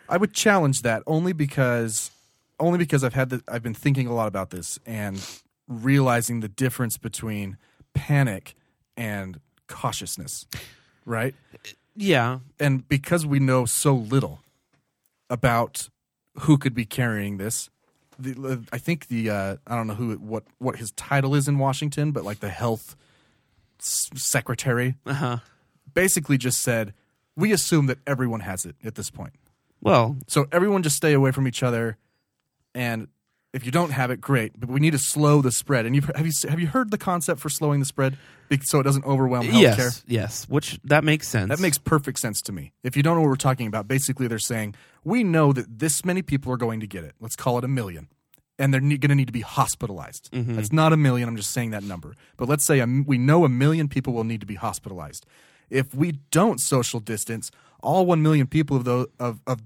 S7: I would challenge that only because only because I've had the, I've been thinking a lot about this and realizing the difference between panic and cautiousness, right?
S8: Yeah.
S7: And because we know so little about who could be carrying this, the, I think the uh, I don't know who what what his title is in Washington, but like the health s- secretary
S8: Uh-huh.
S7: basically just said we assume that everyone has it at this point.
S8: Well,
S7: So everyone just stay away from each other, and if you don't have it, great. But we need to slow the spread. And you have you have you heard the concept for slowing the spread Be- so it doesn't overwhelm healthcare?
S8: yes. Yes, which that makes sense.
S7: That makes perfect sense to me. If you don't know what we're talking about, basically they're saying we know that this many people are going to get it. Let's call it a million, and they're ne- going to need to be hospitalized. That's not a million. I'm just saying that number. But let's say a m we know a million people will need to be hospitalized. If we don't social distance, all one million people of those of, of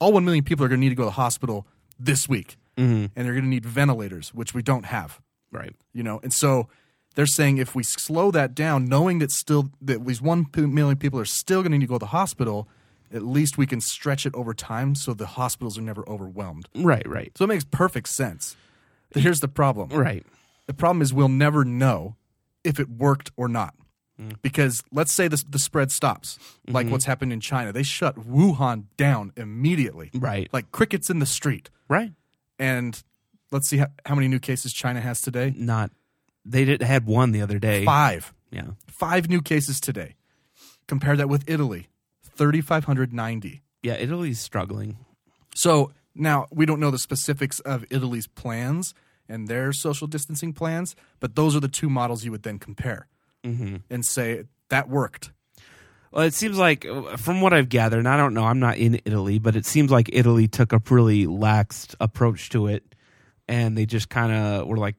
S7: all one million people are going to need to go to the hospital this week, and they're going to need ventilators, which we don't have
S8: right.
S7: you know and so they're saying if we slow that down knowing that still that at least 1 p- million people are still going to need to go to the hospital at least we can stretch it over time so the hospitals are never overwhelmed
S8: Right, right.
S7: so it makes perfect sense But here's the problem
S8: Right.
S7: the problem is we'll never know if it worked or not because let's say the, the spread stops like what's happened in china they shut wuhan down immediately
S8: Right.
S7: like crickets in the street
S8: Right.
S7: and let's see how, how many new cases china has today
S8: Not they did had one the other day.
S7: five
S8: Yeah.
S7: five new cases today. Compare that with Italy, 3,590.
S8: Yeah, Italy's struggling.
S7: So now we don't know the specifics of Italy's plans and their social distancing plans, but those are the two models you would then compare and say that worked.
S8: Well, it seems like, from what I've gathered, and I don't know, I'm not in Italy, but it seems like Italy took a really laxed approach to it, and they just kind of were like,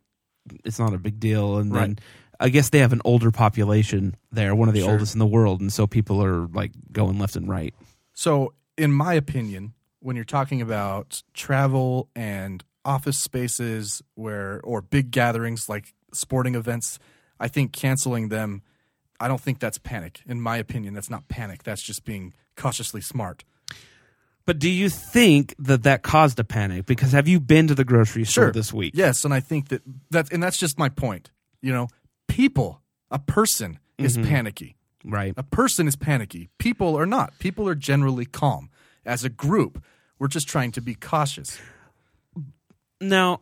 S8: it's not a big deal. And then
S7: Right.
S8: I guess they have an older population there, one of the oldest in the world, and so people are like going left and right.
S7: So, in my opinion, when you're talking about travel and office spaces where or big gatherings like sporting events, I think canceling them, I don't think that's panic. In my opinion, that's not panic. That's just being cautiously smart.
S8: But do you think that that caused a panic? Because have you been to the grocery store
S7: Sure.
S8: this week?
S7: Yes, and I think that that's and that's just my point. You know, people, a person is
S8: Mm-hmm.
S7: panicky.
S8: Right.
S7: A person is panicky. People are not. People are generally calm. As a group, we're just trying to be cautious.
S8: Now,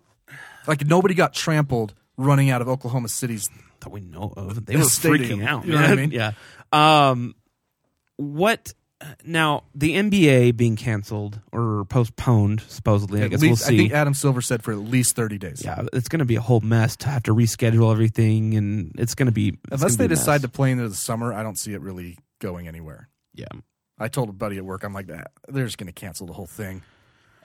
S7: Like nobody got trampled running out of Oklahoma City's.
S8: that we know of. They were
S7: Stadium,
S8: freaking out.
S7: you know what I
S8: man.
S7: mean?
S8: yeah. Um, what now? The NBA being canceled or postponed, supposedly. I
S7: At
S8: guess
S7: least,
S8: we'll see.
S7: I think Adam Silver said for at least thirty days.
S8: yeah, it's going to be a whole mess to have to reschedule everything, and it's going to be it's
S7: Unless they
S8: gonna be a
S7: decide to
S8: mess.
S7: play into the summer, I don't see it really going anywhere.
S8: Yeah.
S7: I told a buddy at work, I'm like, "Ah, they're just going to cancel the whole thing.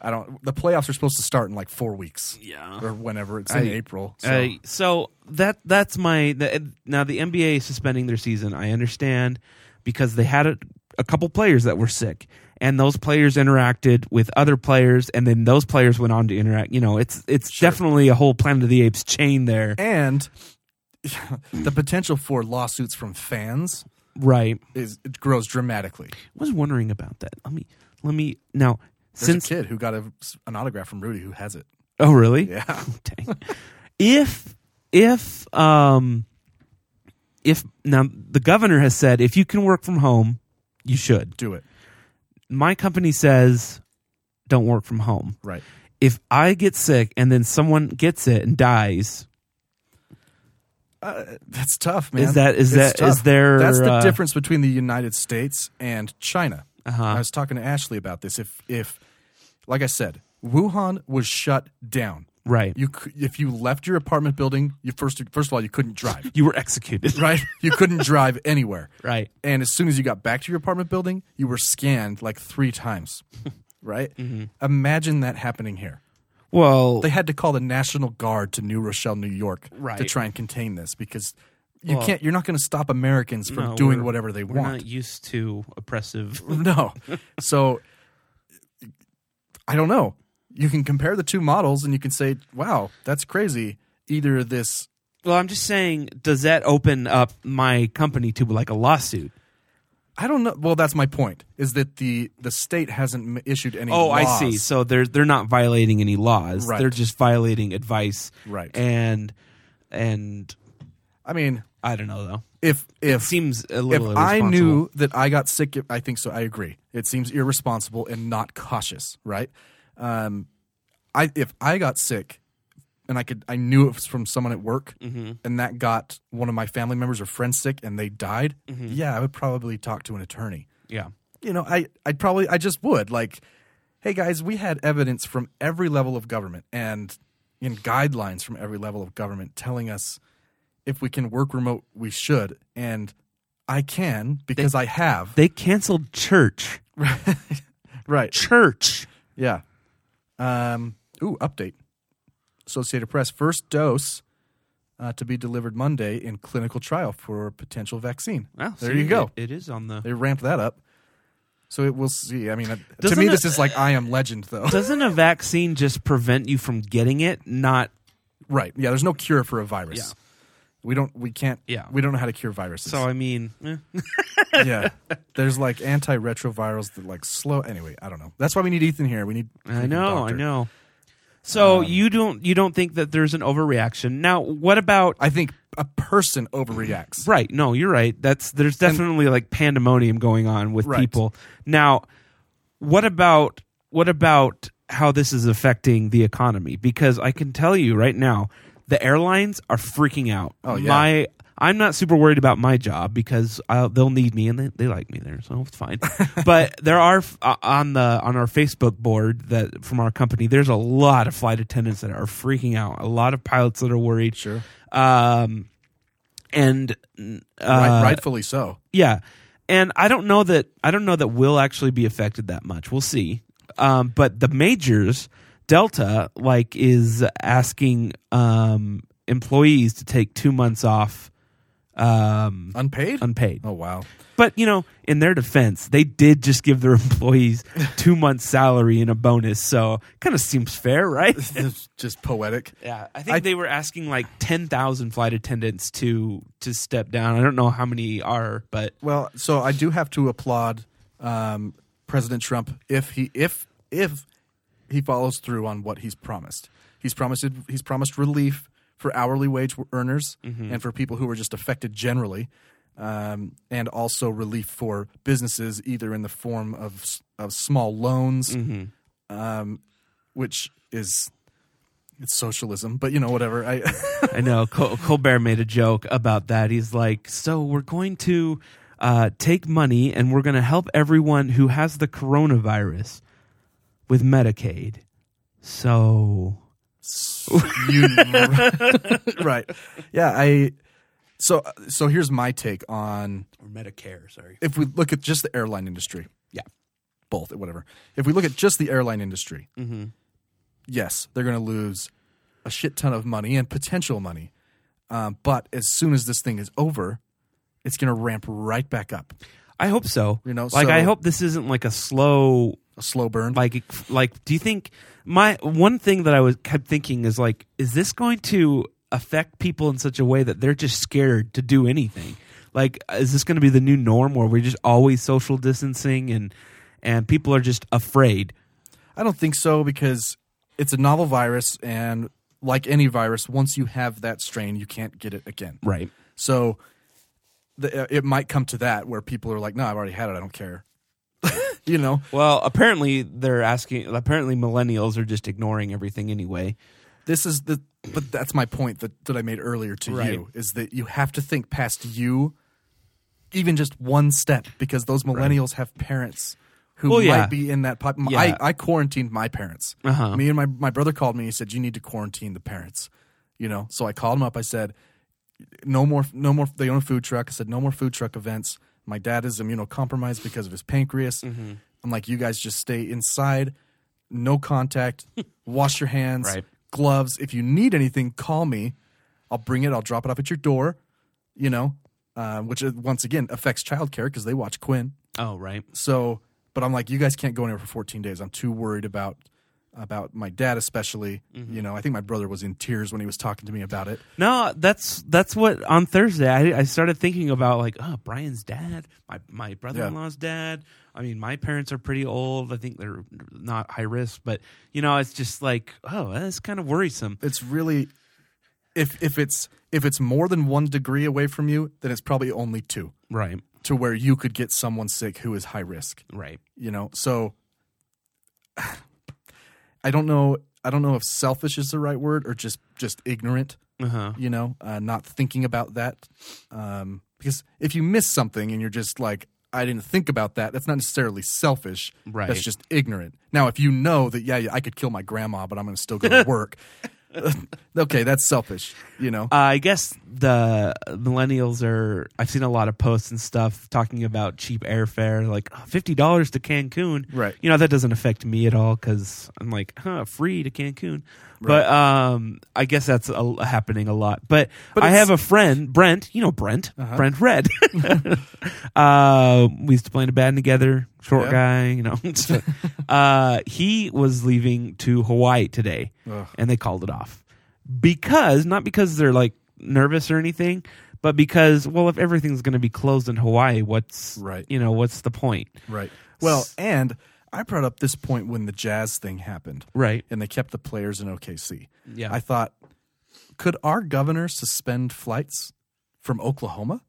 S7: I don't. The playoffs are supposed to start in like four weeks.
S8: Yeah.
S7: or whenever it's in
S8: I-
S7: April. So.
S8: Uh, so that that's my the, now the NBA suspending their season. I understand because they had a, a couple players that were sick, and those players interacted with other players, and then those players went on to interact. You know, it's it's definitely a whole Planet of the Apes chain there,
S7: and the potential for lawsuits from fans
S8: right?
S7: is it grows dramatically.
S8: I was wondering about that. Let me let me now
S7: There's
S8: since
S7: a kid who got a, an autograph from Rudy who has it.
S8: oh really
S7: Yeah,
S8: Dang. if if um if now the governor has said if you can work from home, you should.
S7: do it
S8: My company says don't work from home.
S7: right.
S8: If I get sick and then someone gets it and dies,
S7: That's tough, man.
S8: Is that- is
S7: It's
S8: that- is
S7: tough.
S8: there,
S7: That's the
S8: uh,
S7: difference between the United States and China.
S8: Uh-huh.
S7: I was talking to Ashley about this. If if like I said, Wuhan was shut down.
S8: right. You,
S7: You c- if you left your apartment building, you first first of all you couldn't drive.
S8: were executed.
S7: right? You couldn't drive anywhere.
S8: Right.
S7: And as soon as you got back to your apartment building, you were scanned like three times. Right?
S8: Mm-hmm.
S7: Imagine that happening here.
S8: Well,
S7: They had to call the National Guard to New Rochelle, New York, to
S8: Right.
S7: try and contain this because you
S8: Well-
S7: can't. You're not going to stop Americans from
S8: no,
S7: doing
S8: we're-
S7: whatever they
S8: we're
S7: want.
S8: not used to oppressive.
S7: no, so I don't know. You can compare the two models, and you can say, "Wow, that's crazy." Either this
S8: Well, I'm just saying, does that open up my company to like a lawsuit?
S7: I don't know. Well, that's my point. Is that the the state hasn't m- issued any?
S8: Oh, I
S7: laws.
S8: see. So they're they're not violating any laws.
S7: Right.
S8: They're just violating advice.
S7: Right.
S8: And and
S7: I mean,
S8: I don't know though.
S7: if if
S8: Seems a
S7: if
S8: little.
S7: I
S8: irresponsible.
S7: knew that I got sick, if- I think so. I agree. It seems irresponsible and not cautious, right? Um, I if I got sick, and I could, I knew it was from someone at work,
S8: Mm-hmm.
S7: and that got one of my family members or friends sick, and they died.
S8: Mm-hmm.
S7: Yeah, I would probably talk to an attorney.
S8: yeah,
S7: you know, I I'd probably I just would like, hey guys, we had evidence from every level of government and in guidelines from every level of government telling us if we can work remote, we should, and I can because I have
S8: they canceled church.
S7: right,
S8: Church.
S7: yeah. Um, ooh, update. Associated Press first dose. Uh, to be delivered Monday in clinical trial for potential vaccine.
S8: Well,
S7: there
S8: see,
S7: you go.
S8: It, it is on the.
S7: they ramped that up. So it, we'll see. I mean, uh, to
S8: Doesn't
S7: me,
S8: it-
S7: this is like I am legend, though.
S8: Doesn't a vaccine just prevent you from getting it? Not
S7: Right. Yeah. There's no cure for a virus.
S8: Yeah.
S7: We don't. We can't.
S8: Yeah.
S7: We don't know how to cure viruses.
S8: so. I mean, eh.
S7: yeah. There's like antiretrovirals that like slow. Anyway, I don't know. That's why we need Ethan here. We need.
S8: I
S7: freaking
S8: know, I
S7: doctor.
S8: know. So you don't you don't think that there's an overreaction now? What about
S7: I think a person overreacts.
S8: Right. No, you're right. That's there's definitely like pandemonium going on with
S7: Right.
S8: people. Now, what about what about how this is affecting the economy? Because I can tell you right now, the airlines are freaking out. Oh
S7: yeah.
S8: My I'm not super worried about my job because I'll, they'll need me and they, they like me there, so it's fine. but there are f- uh, on the on our Facebook board that from our company, there's a lot of flight attendants that are freaking out. A lot of pilots that are worried. Sure. Um, and uh,
S7: Right, rightfully so.
S8: yeah, and I don't know that I don't know that we'll actually be affected that much. We'll see. Um, but the majors, Delta, like is asking um, employees to take two months off um,
S7: Unpaid.
S8: unpaid.
S7: oh wow.
S8: But you know, in their defense, they did just give their employees two months' salary and a bonus, so kind of seems fair, right?
S7: It's just poetic.
S8: Yeah, I think they were asking like ten thousand flight attendants to to step down. I don't know how many are, but
S7: Well, so I do have to applaud um, President Trump if he if if he follows through on what he's promised. He's promised he's promised relief for hourly wage earners and for people who were just affected generally, um, and also relief for businesses either in the form of s- of small loans, um, which is it's socialism, but you know whatever. I
S8: I know Col- Colbert made a joke about that. He's like, "So we're going to uh, take money and we're going to help everyone who has the coronavirus with Medicaid." So
S7: you right yeah i so so here's my take on
S8: or Medicare, sorry.
S7: if we look at just the airline industry
S8: Yeah.
S7: both, whatever. If we look at just the airline industry,
S8: Mm-hmm.
S7: yes, they're going to lose a shit ton of money and potential money. Um, but as soon as this thing is over, it's going to ramp right back up.
S8: I hope so.
S7: You know,
S8: like
S7: so-
S8: I hope this isn't like a slow
S7: A slow burn.
S8: like like do you think my one thing that I was kept thinking is like is this going to affect people in such a way that they're just scared to do anything? Like is this going to be the new norm where we're just always social distancing and and people are just afraid?
S7: I don't think so because it's a novel virus, and like any virus, once you have that strain, you can't get it again.
S8: Right.
S7: So the, uh, it might come to that where people are like, "No, I've already had it. I don't care." you know,
S8: Well, apparently they're asking apparently millennials are just ignoring everything anyway.
S7: this is the. But that's my point that that I made earlier to
S8: Right.
S7: you is that you have to think past you, even just one step, because those millennials have parents. Who
S8: Well,
S7: might
S8: yeah.
S7: be in that? Pop-
S8: Yeah.
S7: I, I quarantined my parents.
S8: Uh-huh.
S7: Me and my my brother called me. He said, "You need to quarantine the parents." You know, so I called him up. I said, "No more, no more." They own a food truck. I said, "No more food truck events." My dad is immunocompromised because of his pancreas. I'm like, "You guys just stay inside, no contact, wash your hands,
S8: Right.
S7: gloves. If you need anything, call me. I'll bring it. I'll drop it off at your door." You know, uh, which uh, once again affects childcare because they watch Quinn.
S8: Oh, right.
S7: So, but I'm like, you guys can't go anywhere for 14 days. I'm too worried about about my dad, especially. You know, I think my brother was in tears when he was talking to me about it.
S8: No, that's that's what on Thursday I, I started thinking about like, oh, Brian's dad, my my brother in law's dad. I mean, my parents are pretty old. I think they're not high risk, but you know, it's just like, oh, that's kind of worrisome.
S7: It's really if if it's if it's more than one degree away from you, then it's probably only two
S8: Right,
S7: to where you could get someone sick who is high risk.
S8: right.
S7: You know, so I don't know. I don't know if selfish is the right word or just just ignorant.
S8: Uh huh.
S7: you know, uh, not thinking about that. Um, because if you miss something and you're just like, I didn't think about that, that's not necessarily selfish.
S8: Right.
S7: That's just ignorant. Now, if you know that, yeah, yeah, I could kill my grandma, but I'm going to still go to work. okay, that's selfish, you know?
S8: Uh, I guess the millennials are. I've seen a lot of posts and stuff talking about cheap airfare, like oh, fifty dollars to Cancun.
S7: Right.
S8: You know that doesn't affect me at all because I'm like, huh, free to Cancun. But um, I guess that's a, happening a lot. But, I
S7: it's- Uh-huh.
S8: have a friend, Brent. You know Brent, Brent Red. uh, we used to play in a band together. Short
S7: Yeah.
S8: guy, you know. uh, he was leaving to Hawaii today, and they called it off because not because they're like nervous or anything, but because well, if everything's going to be closed in Hawaii, what's
S7: Right.
S8: You know, what's the point?
S7: right. Well, and I brought up this point when the jazz thing happened.
S8: Right.
S7: And they kept the players in OKC.
S8: Yeah.
S7: I thought, could our governor suspend flights from Oklahoma?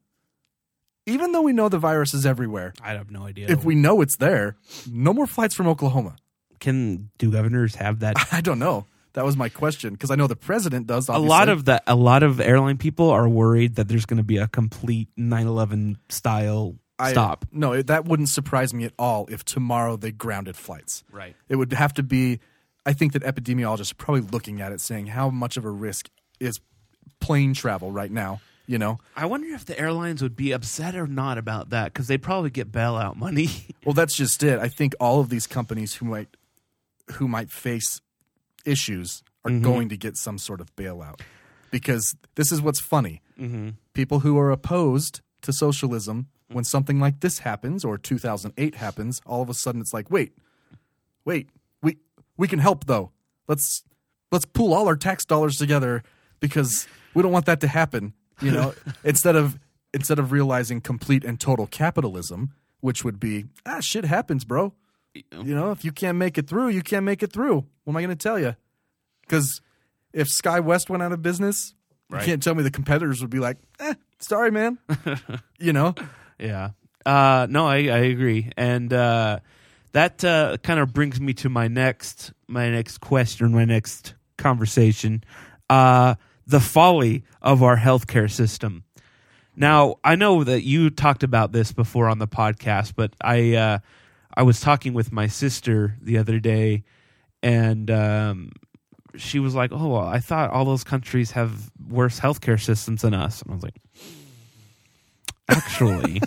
S7: Even though we know the virus is everywhere,
S8: I have no idea.
S7: if we know it's there, no more flights from Oklahoma.
S8: can do governors have that?
S7: I don't know. That was my question because I know the president does.
S8: A
S7: Obviously.
S8: lot of the a lot of airline people are worried that there's going to be a complete 9/11 style
S7: I-
S8: stop.
S7: No, it, that wouldn't surprise me at all if tomorrow they grounded flights.
S8: Right.
S7: It would have to be. I think that epidemiologists are probably looking at it, saying how much of a risk is plane travel right now. You know.
S8: I wonder if the airlines would be upset or not about that because they probably get bailout money.
S7: Well, that's just it. I think all of these companies who might who might face issues are going to get some sort of bailout because this is what's funny. People who are opposed to socialism, when something like this happens or 2008 happens, all of a sudden it's like, wait, wait, we we can help though. Let's let's pool all our tax dollars together because we don't want that to happen. You know, instead of instead of realizing complete and total capitalism, which would be ah shit happens, bro. You know, if you can't make it through, you can't make it through. What am I going to tell you? Because if Sky West went out of business, you can't tell me the competitors would be like, eh, sorry, man. you know,
S8: Yeah. Uh, no, I, I agree, and uh, that uh, kind of brings me to my next my next question, my next conversation, uh, the folly of our healthcare system. Now, I know that you talked about this before on the podcast, but I uh, I was talking with my sister the other day, and um, she was like, "Oh, well, I thought all those countries have worse healthcare systems than us," and I was like. actually.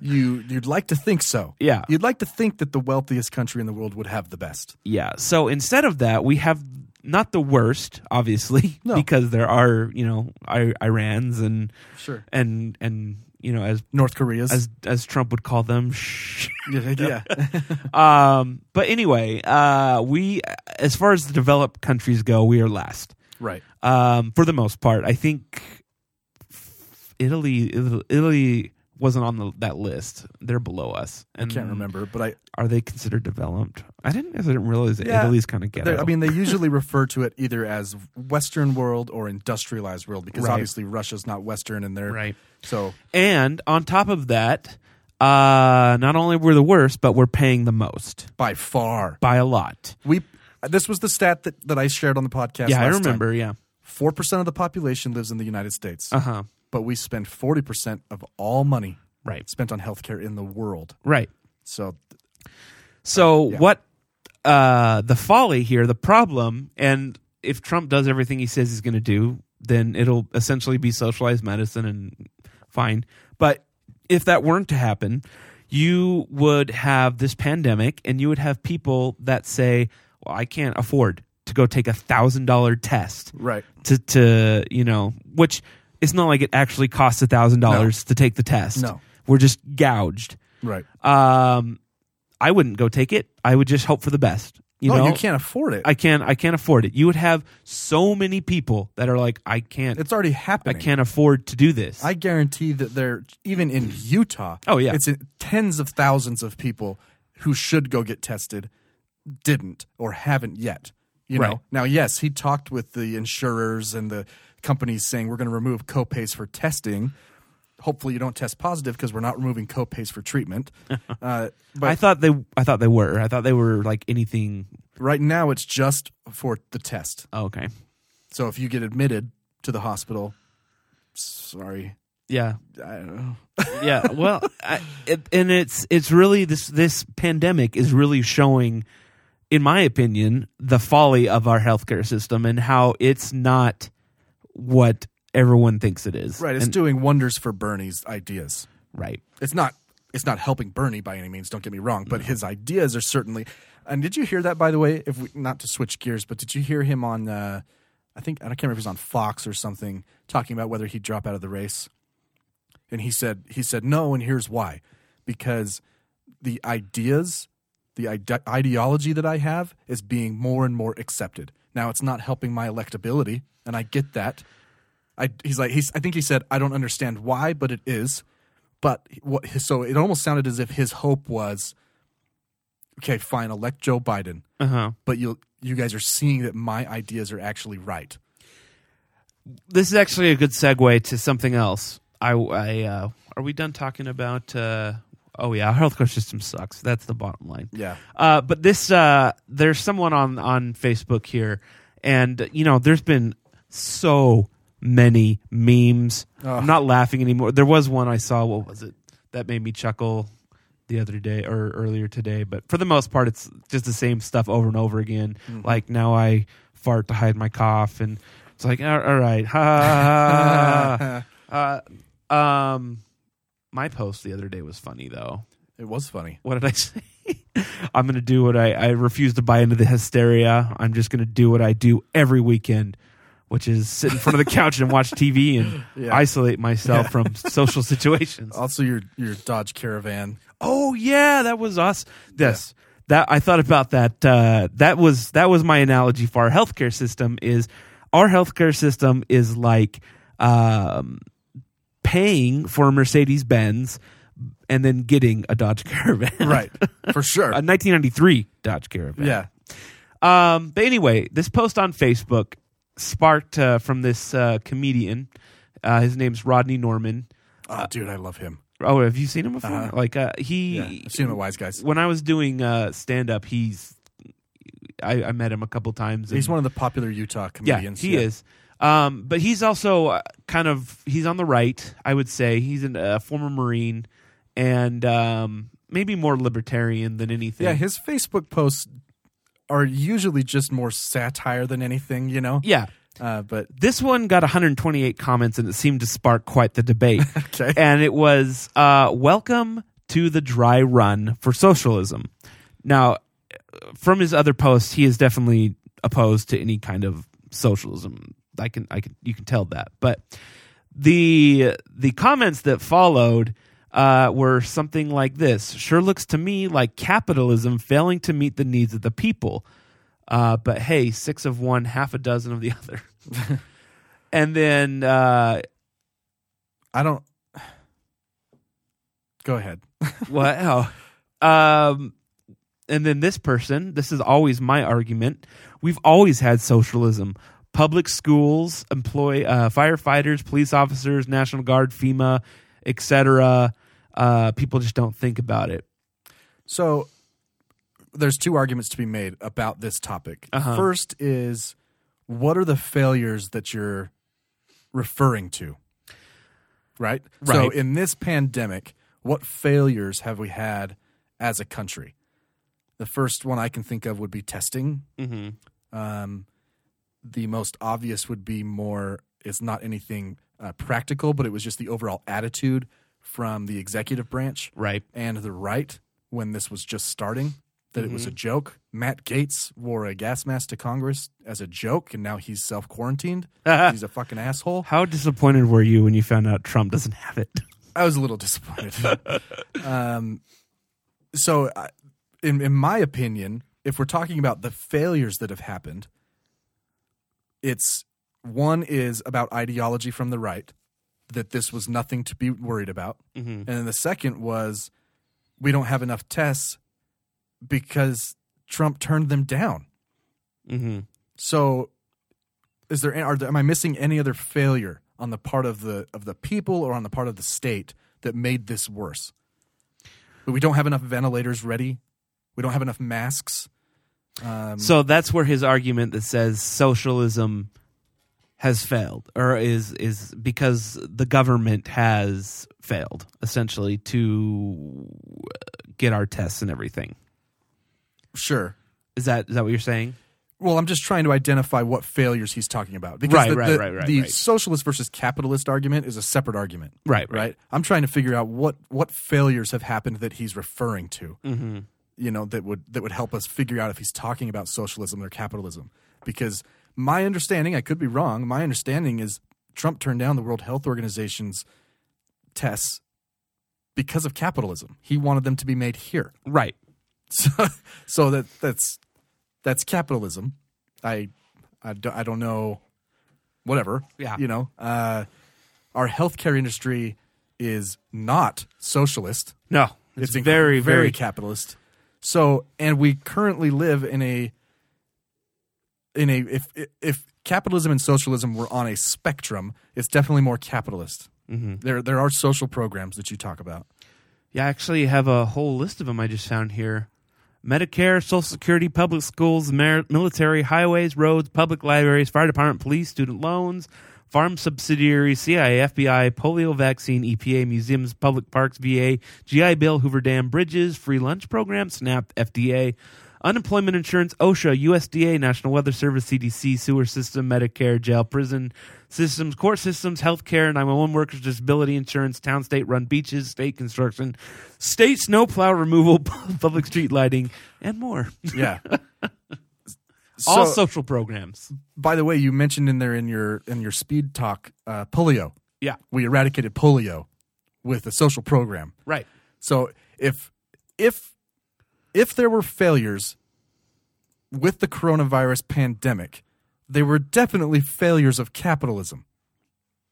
S7: you you'd like to think so.
S8: Yeah.
S7: You'd like to think that the wealthiest country in the world would have the best.
S8: yeah. So instead of that, we have not the worst, obviously, because there are you know I- Irans and
S7: Sure.
S8: and and you know as
S7: North Korea's
S8: as as Trump would call them. Sh-
S7: yeah.
S8: um, but anyway, uh, we as far as the developed countries go, we are last.
S7: right.
S8: um, for the most part. I think Italy Italy wasn't on the, that list. They're below us. And
S7: Can't remember, but I
S8: Are they considered developed? I didn't. I didn't realize that
S7: Yeah.
S8: Italy's kind of
S7: They-
S8: ghetto.
S7: I mean, they usually refer to it either as Western world or industrialized world because
S8: Right.
S7: obviously Russia's not Western and they're
S8: Right.
S7: So
S8: and on top of that, uh, not only we're the worst, but we're paying the most
S7: by far,
S8: by a lot.
S7: we this was the stat that, that I shared on the podcast.
S8: yeah, I remember. Yeah.
S7: Four percent of the population lives in the United States,
S8: Uh huh.
S7: but we spend forty percent of all money
S8: Right.
S7: spent on healthcare in the world.
S8: Right.
S7: So
S8: So
S7: Yeah.
S8: what uh the folly here, the problem, and if Trump does everything he says he's going to do, then it'll essentially be socialized medicine and fine. But if that weren't to happen, you would have this pandemic and you would have people that say, "Well, I can't afford to go take a $1000 test."
S7: right,
S8: to to you know which it's not like it actually costs a thousand dollars to take the test
S7: No.
S8: we're just gouged
S7: right.
S8: um i wouldn't go take it i would just hope for the best you
S7: no,
S8: know
S7: oh, you can't afford it.
S8: i can't i can't afford it you would have so many people that are like i can't
S7: it's already
S8: i
S7: happening.
S8: can't afford to do this
S7: I guarantee that they're even in Utah.
S8: Oh, yeah.
S7: it's in tens of thousands of people who should go get tested didn't or haven't yet. You
S8: Right.
S7: know. Now, yes, he talked with the insurers and the companies saying we're going to remove copays for testing. Hopefully, you don't test positive because we're not removing copays for treatment. uh, but
S8: I thought they i thought they were i thought they were like anything
S7: right now, it's just for the test.
S8: oh, okay
S7: So if you get admitted to the hospital, sorry,
S8: yeah
S7: I don't know.
S8: yeah well I, it, and it's it's really this this pandemic is really showing in my opinion the folly of our healthcare system and how it's not what everyone thinks it is
S7: Right, it's
S8: And-
S7: doing wonders for Bernie's ideas.
S8: right
S7: It's not it's not helping Bernie by any means, don't get me wrong, but his ideas are certainly And did you hear that by the way, if we not to switch gears, but did you hear him on uh I think I can't remember if it was on Fox or something talking about whether he'd drop out of the race? And he said he said no and here's why. Because the ideas, the ide- ideology that I have is being more and more accepted. Now it's not helping my electability and I get that. I, he's like he's, I think he said I don't understand why, but it is. But what, so it almost sounded as if his hope was, okay, fine, elect Joe Biden,
S8: uh-huh
S7: but you you guys are seeing that my ideas are actually right.
S8: this is actually a good segue to something else i i uh are we done talking about uh oh yeah our healthcare system sucks that's the bottom line
S7: Yeah,
S8: Uh, but this, uh, there's someone on on Facebook here, and you know, there's been so many memes. I'm not laughing anymore. There was one I saw. What was it that made me chuckle the other day or earlier today? But for the most part, it's just the same stuff over and over again. Like now, I fart to hide my cough, and it's like, all, all right, ha. ha, ha." uh, um, my post the other day was funny though
S7: it was funny.
S8: what did I say? I'm going to do what I, I refuse to buy into the hysteria. I'm just going to do what I do every weekend, which is sit in front of the couch and watch TV and isolate myself from social situations.
S7: Also, your your Dodge Caravan.
S8: Oh yeah, that was us. This that I thought about that. Uh, that was that was my analogy for our healthcare system. Is our healthcare system is like um, paying for a Mercedes Benz and then getting a Dodge Caravan.
S7: Right, for sure.
S8: A 1993 Uh, Dodge Caravan.
S7: Yeah,
S8: Um, but anyway, this post on Facebook sparked uh, from this uh, comedian. Uh, his name's Rodney Norman.
S7: oh, dude, I love him.
S8: Oh, have you seen him before? Like uh, he,
S7: Uh-huh. Yeah, I've seen him at Wise Guys.
S8: when I was doing uh, stand up, he's I, I met him a couple times. and-
S7: He's one of the popular Utah comedians.
S8: yeah, he is. Um, but he's also uh, kind of he's on the right, I would say. He's an- a former Marine and um, maybe more libertarian than anything.
S7: Yeah, his Facebook posts are usually just more satire than anything. You know.
S8: yeah.
S7: Uh, but
S8: This one got 128 comments and it seemed to spark quite the debate.
S7: Okay.
S8: And it was uh, Welcome to the Dry Run for Socialism. Now, from his other posts, he is definitely opposed to any kind of socialism. I can, I can, you can tell that. But the the comments that followed uh, were something like this: "Sure looks to me like capitalism failing to meet the needs of the people." Uh, but hey, six of one, half a dozen of the other. and then uh,
S7: I don't. Go ahead.
S8: wow. Oh, Um, and then this person, this is always my argument. We've always had socialism. Public schools employ uh, firefighters, police officers, National Guard, FEMA, etc. Uh, people just don't think about it.
S7: So there's two arguments to be made about this topic.
S8: Uh-huh.
S7: First is what are the failures that you're referring to? Right? So
S8: Right.
S7: in this pandemic, what failures have we had as a country? The first one I can think of would be testing.
S8: Mm-hmm.
S7: Um, the most obvious would be more, it's not anything uh, practical, but it was just the overall attitude from the executive branch
S8: Right.
S7: and the right when this was just starting that it was a joke. Matt Gates wore a gas mask to Congress as a joke, and now he's self quarantined. he's a fucking asshole.
S8: How disappointed were you when you found out Trump doesn't have it?
S7: I was a little disappointed. um, so, I, in in my opinion, if we're talking about the failures that have happened, it's one is about ideology from the right that this was nothing to be worried about, and then the second was we don't have enough tests because Trump turned them down.
S8: Mm-hmm.
S7: So, is there are there, am I missing any other failure on the part of the of the people or on the part of the state that made this worse? But we don't have enough ventilators ready. We don't have enough masks.
S8: So that's where his argument that says socialism has failed, or is is because the government has failed essentially to uh, get our tests and everything.
S7: Sure.
S8: Is that is that what you're saying?
S7: Well, I'm just trying to identify what failures he's talking about because
S8: Right,
S7: the,
S8: right,
S7: the-
S8: right, right,
S7: the
S8: right.
S7: socialist versus capitalist argument is a separate argument.
S8: Right,
S7: right. I'm trying to figure out what what failures have happened that he's referring to. You know that would that would help us figure out if he's talking about socialism or capitalism. Because my understanding, I could be wrong. My understanding is Trump turned down the World Health Organization's tests because of capitalism. He wanted them to be made here.
S8: Right.
S7: So, so that that's that's capitalism. I I, do, I don't know. Whatever.
S8: Yeah.
S7: You know, uh, our healthcare industry is not socialist.
S8: No,
S7: It's,
S8: it's,
S7: inc-
S8: very,
S7: very
S8: very,
S7: capitalist. So, and we currently live in a in a if if capitalism and socialism were on a spectrum, it's definitely more capitalist.
S8: Mm-hmm.
S7: There there are social programs that you talk about.
S8: Yeah, I actually have a whole list of them I just found here. Medicare, Social Security, public schools, mer- military, highways, roads, public libraries, fire department, police, student loans, farm subsidiaries, CIA, FBI, polio vaccine, EPA, museums, public parks, VA, GI Bill, Hoover Dam, bridges, free lunch program, SNAP, FDA, unemployment insurance, OSHA, USDA, National Weather Service, CDC, sewer system, Medicare, jail, prison systems, court systems, healthcare, 911 workers, disability insurance, town, state run beaches, state construction, state snowplow removal, public street lighting, and more.
S7: Yeah.
S8: All
S7: So-
S8: social programs.
S7: by the way, you mentioned in there in your in your speed talk uh, polio.
S8: Yeah.
S7: We eradicated polio with a social program.
S8: Right.
S7: So if if if there were failures with the coronavirus pandemic, they were definitely failures of capitalism,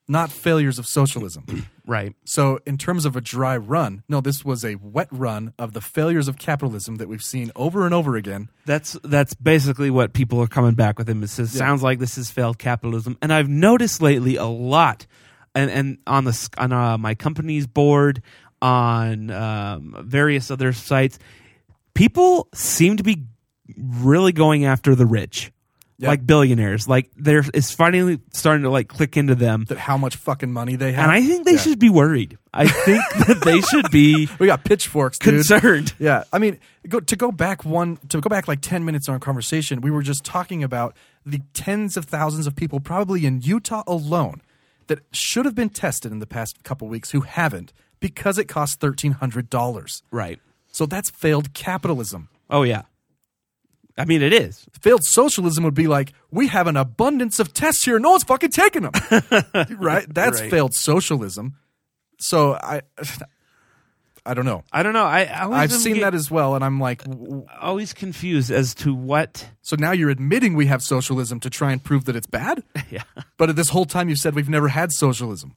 S7: not failures of socialism.
S8: Right.
S7: so in terms of a dry run, no, this was a wet run of the failures of capitalism that we've seen over and over again.
S8: That's that's basically what people are coming back with him. It says sounds like this is failed capitalism, and I've noticed lately a lot, and and on the s- on uh, my company's board, on um, various other sites, people seem to be really going after the rich, like billionaires. Like they're it's finally starting to like click into them,
S7: That how much fucking money they have.
S8: and I think they
S7: Yeah.
S8: should be worried. I think that they should be
S7: We got pitchforks, dude.
S8: concerned.
S7: Yeah, I mean, go, to go back one, to go back like ten minutes on our conversation, we were just talking about the tens of thousands of people, probably in Utah alone, that should have been tested in the past couple weeks who haven't because it costs $1,300.
S8: Right.
S7: So that's failed capitalism.
S8: Oh yeah. I mean, it is.
S7: Failed socialism would be like, we have an abundance of tests here. No one's fucking taking them. right? That's
S8: Right.
S7: failed socialism. So I. I don't know.
S8: I don't know. I, I always
S7: I've
S8: am
S7: seen
S8: get-
S7: that as well, and I'm like,
S8: always confused as to what.
S7: So now you're admitting we have socialism to try and prove that it's bad.
S8: Yeah.
S7: But this whole time you said we've never had socialism.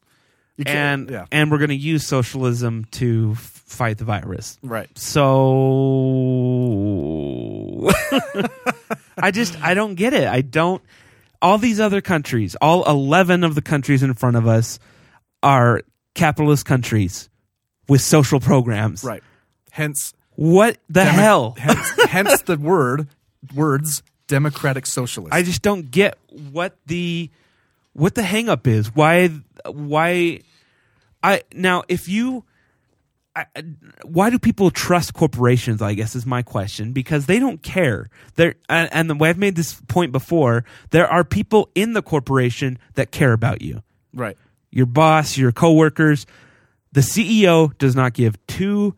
S7: You
S8: And
S7: yeah,
S8: and we're going to use socialism to f- fight the virus.
S7: right.
S8: So I just I don't get it. I don't all these other countries, all 11 of the countries in front of us are capitalist countries with social programs.
S7: Right. Hence,
S8: What the
S7: demo-
S8: hell?
S7: hence, hence the word words democratic socialist.
S8: I just don't get what the what the hang up is. Why why I now if you I, why do people trust corporations? I guess is my question because they don't care. There and, and the way I've made this point before, there are people in the corporation that care about you.
S7: right.
S8: Your boss, your coworkers, the CEO does not give two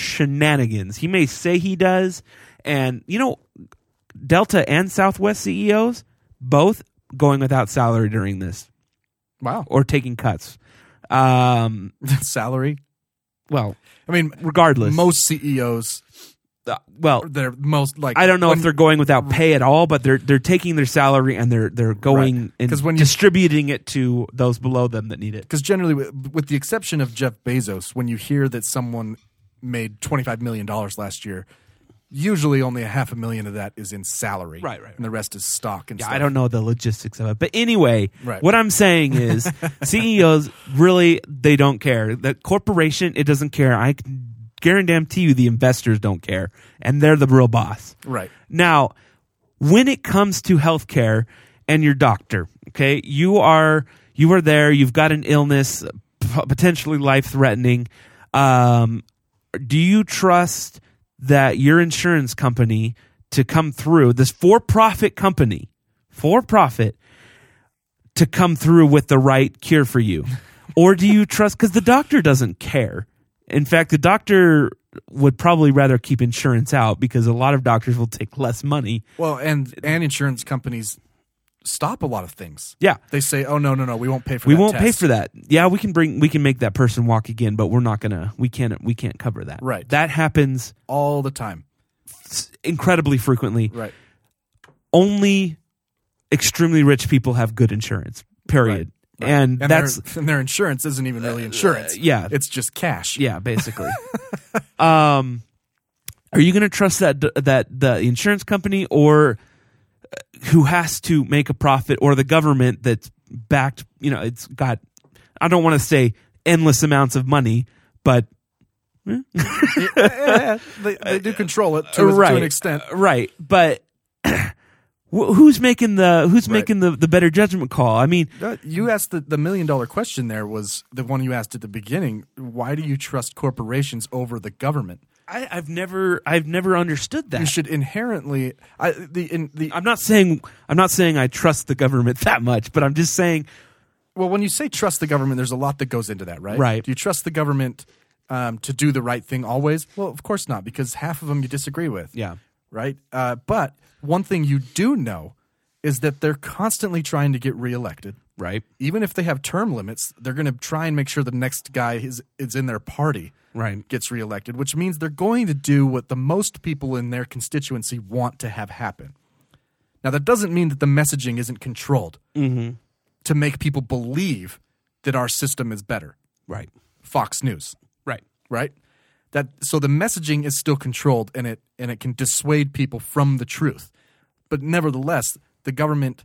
S8: shenanigans. He may say he does, and you know, Delta and Southwest CEOs both going without salary during this
S7: Wow.
S8: or taking cuts. Um,
S7: Salary.
S8: well,
S7: I mean,
S8: regardless,
S7: most CEOs
S8: uh, well,
S7: they're most like
S8: I don't know
S7: when-
S8: if they're going without pay at all, but they're they're taking their salary and they're they're going
S7: Right.
S8: and
S7: 'Cause when you-
S8: distributing it to those below them that need it.
S7: because generally, with, with the exception of Jeff Bezos, when you hear that someone made twenty five million dollars last year, usually only a half a million of that is in salary,
S8: Right, right,
S7: and the rest is stock and
S8: Yeah,
S7: stuff.
S8: I don't know the logistics of it, but anyway,
S7: Right.
S8: what I'm saying is CEOs really they don't care. The corporation it doesn't care. I can guarantee you the investors don't care, and they're the real boss.
S7: Right.
S8: Now, when it comes to healthcare and your doctor, okay, you are you are there. You've got an illness, p- potentially life threatening. Um, do you trust that your insurance company to come through this for profit company, for profit, to come through with the right cure for you? Or do you trust because the doctor doesn't care? In fact, the doctor would probably rather keep insurance out because a lot of doctors will take less money.
S7: Well, and and insurance companies stop a lot of things.
S8: Yeah.
S7: They say, "Oh no, no, no, we won't pay for
S8: We
S7: that
S8: won't pay
S7: test."
S8: for that. Yeah, we can bring we can make that person walk again, but we're not gonna we can't we can't cover that.
S7: Right.
S8: That happens
S7: all the time."
S8: incredibly frequently.
S7: Right.
S8: Only extremely rich people have good insurance. Period. And,
S7: And
S8: that's Uh,
S7: their, and their insurance isn't even really insurance.
S8: yeah.
S7: It's just cash.
S8: yeah, basically. um are you going to trust that that the insurance company or uh, who has to make a profit or the government that's backed, you know, it's got I don't want to say endless amounts of money, but
S7: They, they do control it to, a- to
S8: Uh, right,
S7: an extent.
S8: uh, right? But wh- who's making the who's
S7: Right.
S8: making the, the better judgment call? I mean,
S7: Uh, You asked the, the million dollar question there was the one you asked at the beginning. Why do you trust corporations over the government?
S8: I, I've never I've never understood
S7: You
S8: that.
S7: should inherently I, the in the
S8: I'm not saying I'm not saying I trust the government that much, but I'm just saying
S7: well when you say trust the government there's a lot that goes into that right
S8: Right.
S7: do you trust the government um, to do the right thing always well of course not because half of them you disagree with
S8: Yeah.
S7: right uh, but one thing you do know is that they're constantly trying to get reelected
S8: right,
S7: even if they have term limits they're going to try and make sure the next guy is, is in their party
S8: Right.
S7: gets reelected which means they're going to do what the most people in their constituency want to have happen now that doesn't mean that the messaging isn't controlled
S8: Mm-hmm.
S7: to make people believe that our system is better.
S8: right,
S7: Fox News,
S8: right.
S7: right? That so the messaging is still controlled and it and it can dissuade people from the truth. But nevertheless, the government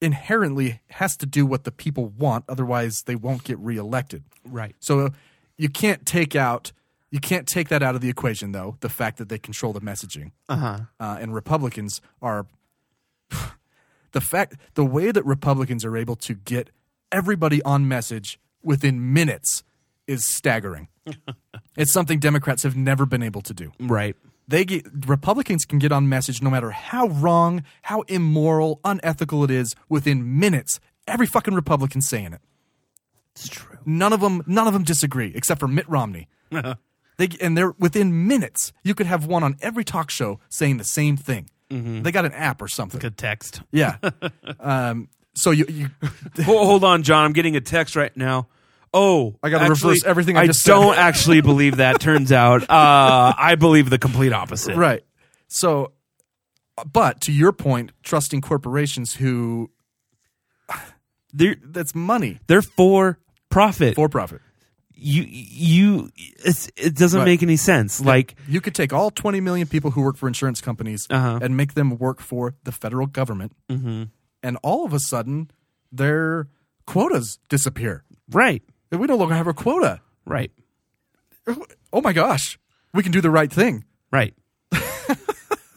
S7: inherently has to do what the people want otherwise they won't get reelected.
S8: Right.
S7: So uh, you can't take out you can't take that out of the equation though, the fact that they control the messaging. Uh-huh. and Republicans are the fact the way that Republicans are able to get everybody on message within minutes is staggering. it's something Democrats have never been able to do.
S8: Right.
S7: They get, Republicans can get on message no matter how wrong, how immoral, unethical it is within minutes. Every fucking Republican saying it.
S8: It's true. Uh-huh.
S7: None of them, none of them disagree except for Mitt Romney. they and they're within minutes. You could have one on every talk show saying the same thing.
S8: Mm-hmm.
S7: They got an app or something.
S8: Good text.
S7: Yeah. um, so you, you
S8: Ho- hold on, John. I'm getting a text right now. Oh,
S7: I gotta
S8: actually,
S7: reverse everything I just said.
S8: don't actually believe that. Turns out, uh, I believe the complete opposite.
S7: right. So, but to your point, trusting corporations who
S8: They're
S7: that's money
S8: they're for profit.
S7: for profit.
S8: you you it's, it doesn't
S7: Right.
S8: make any sense. Like
S7: You could take all 20 million people who work for insurance companies
S8: Uh-huh. Mm-hmm.
S7: and make them work for the federal government, and all of a sudden their quotas disappear.
S8: right,
S7: We no longer have a quota.
S8: right,
S7: Oh my gosh, we can do the right thing.
S8: right.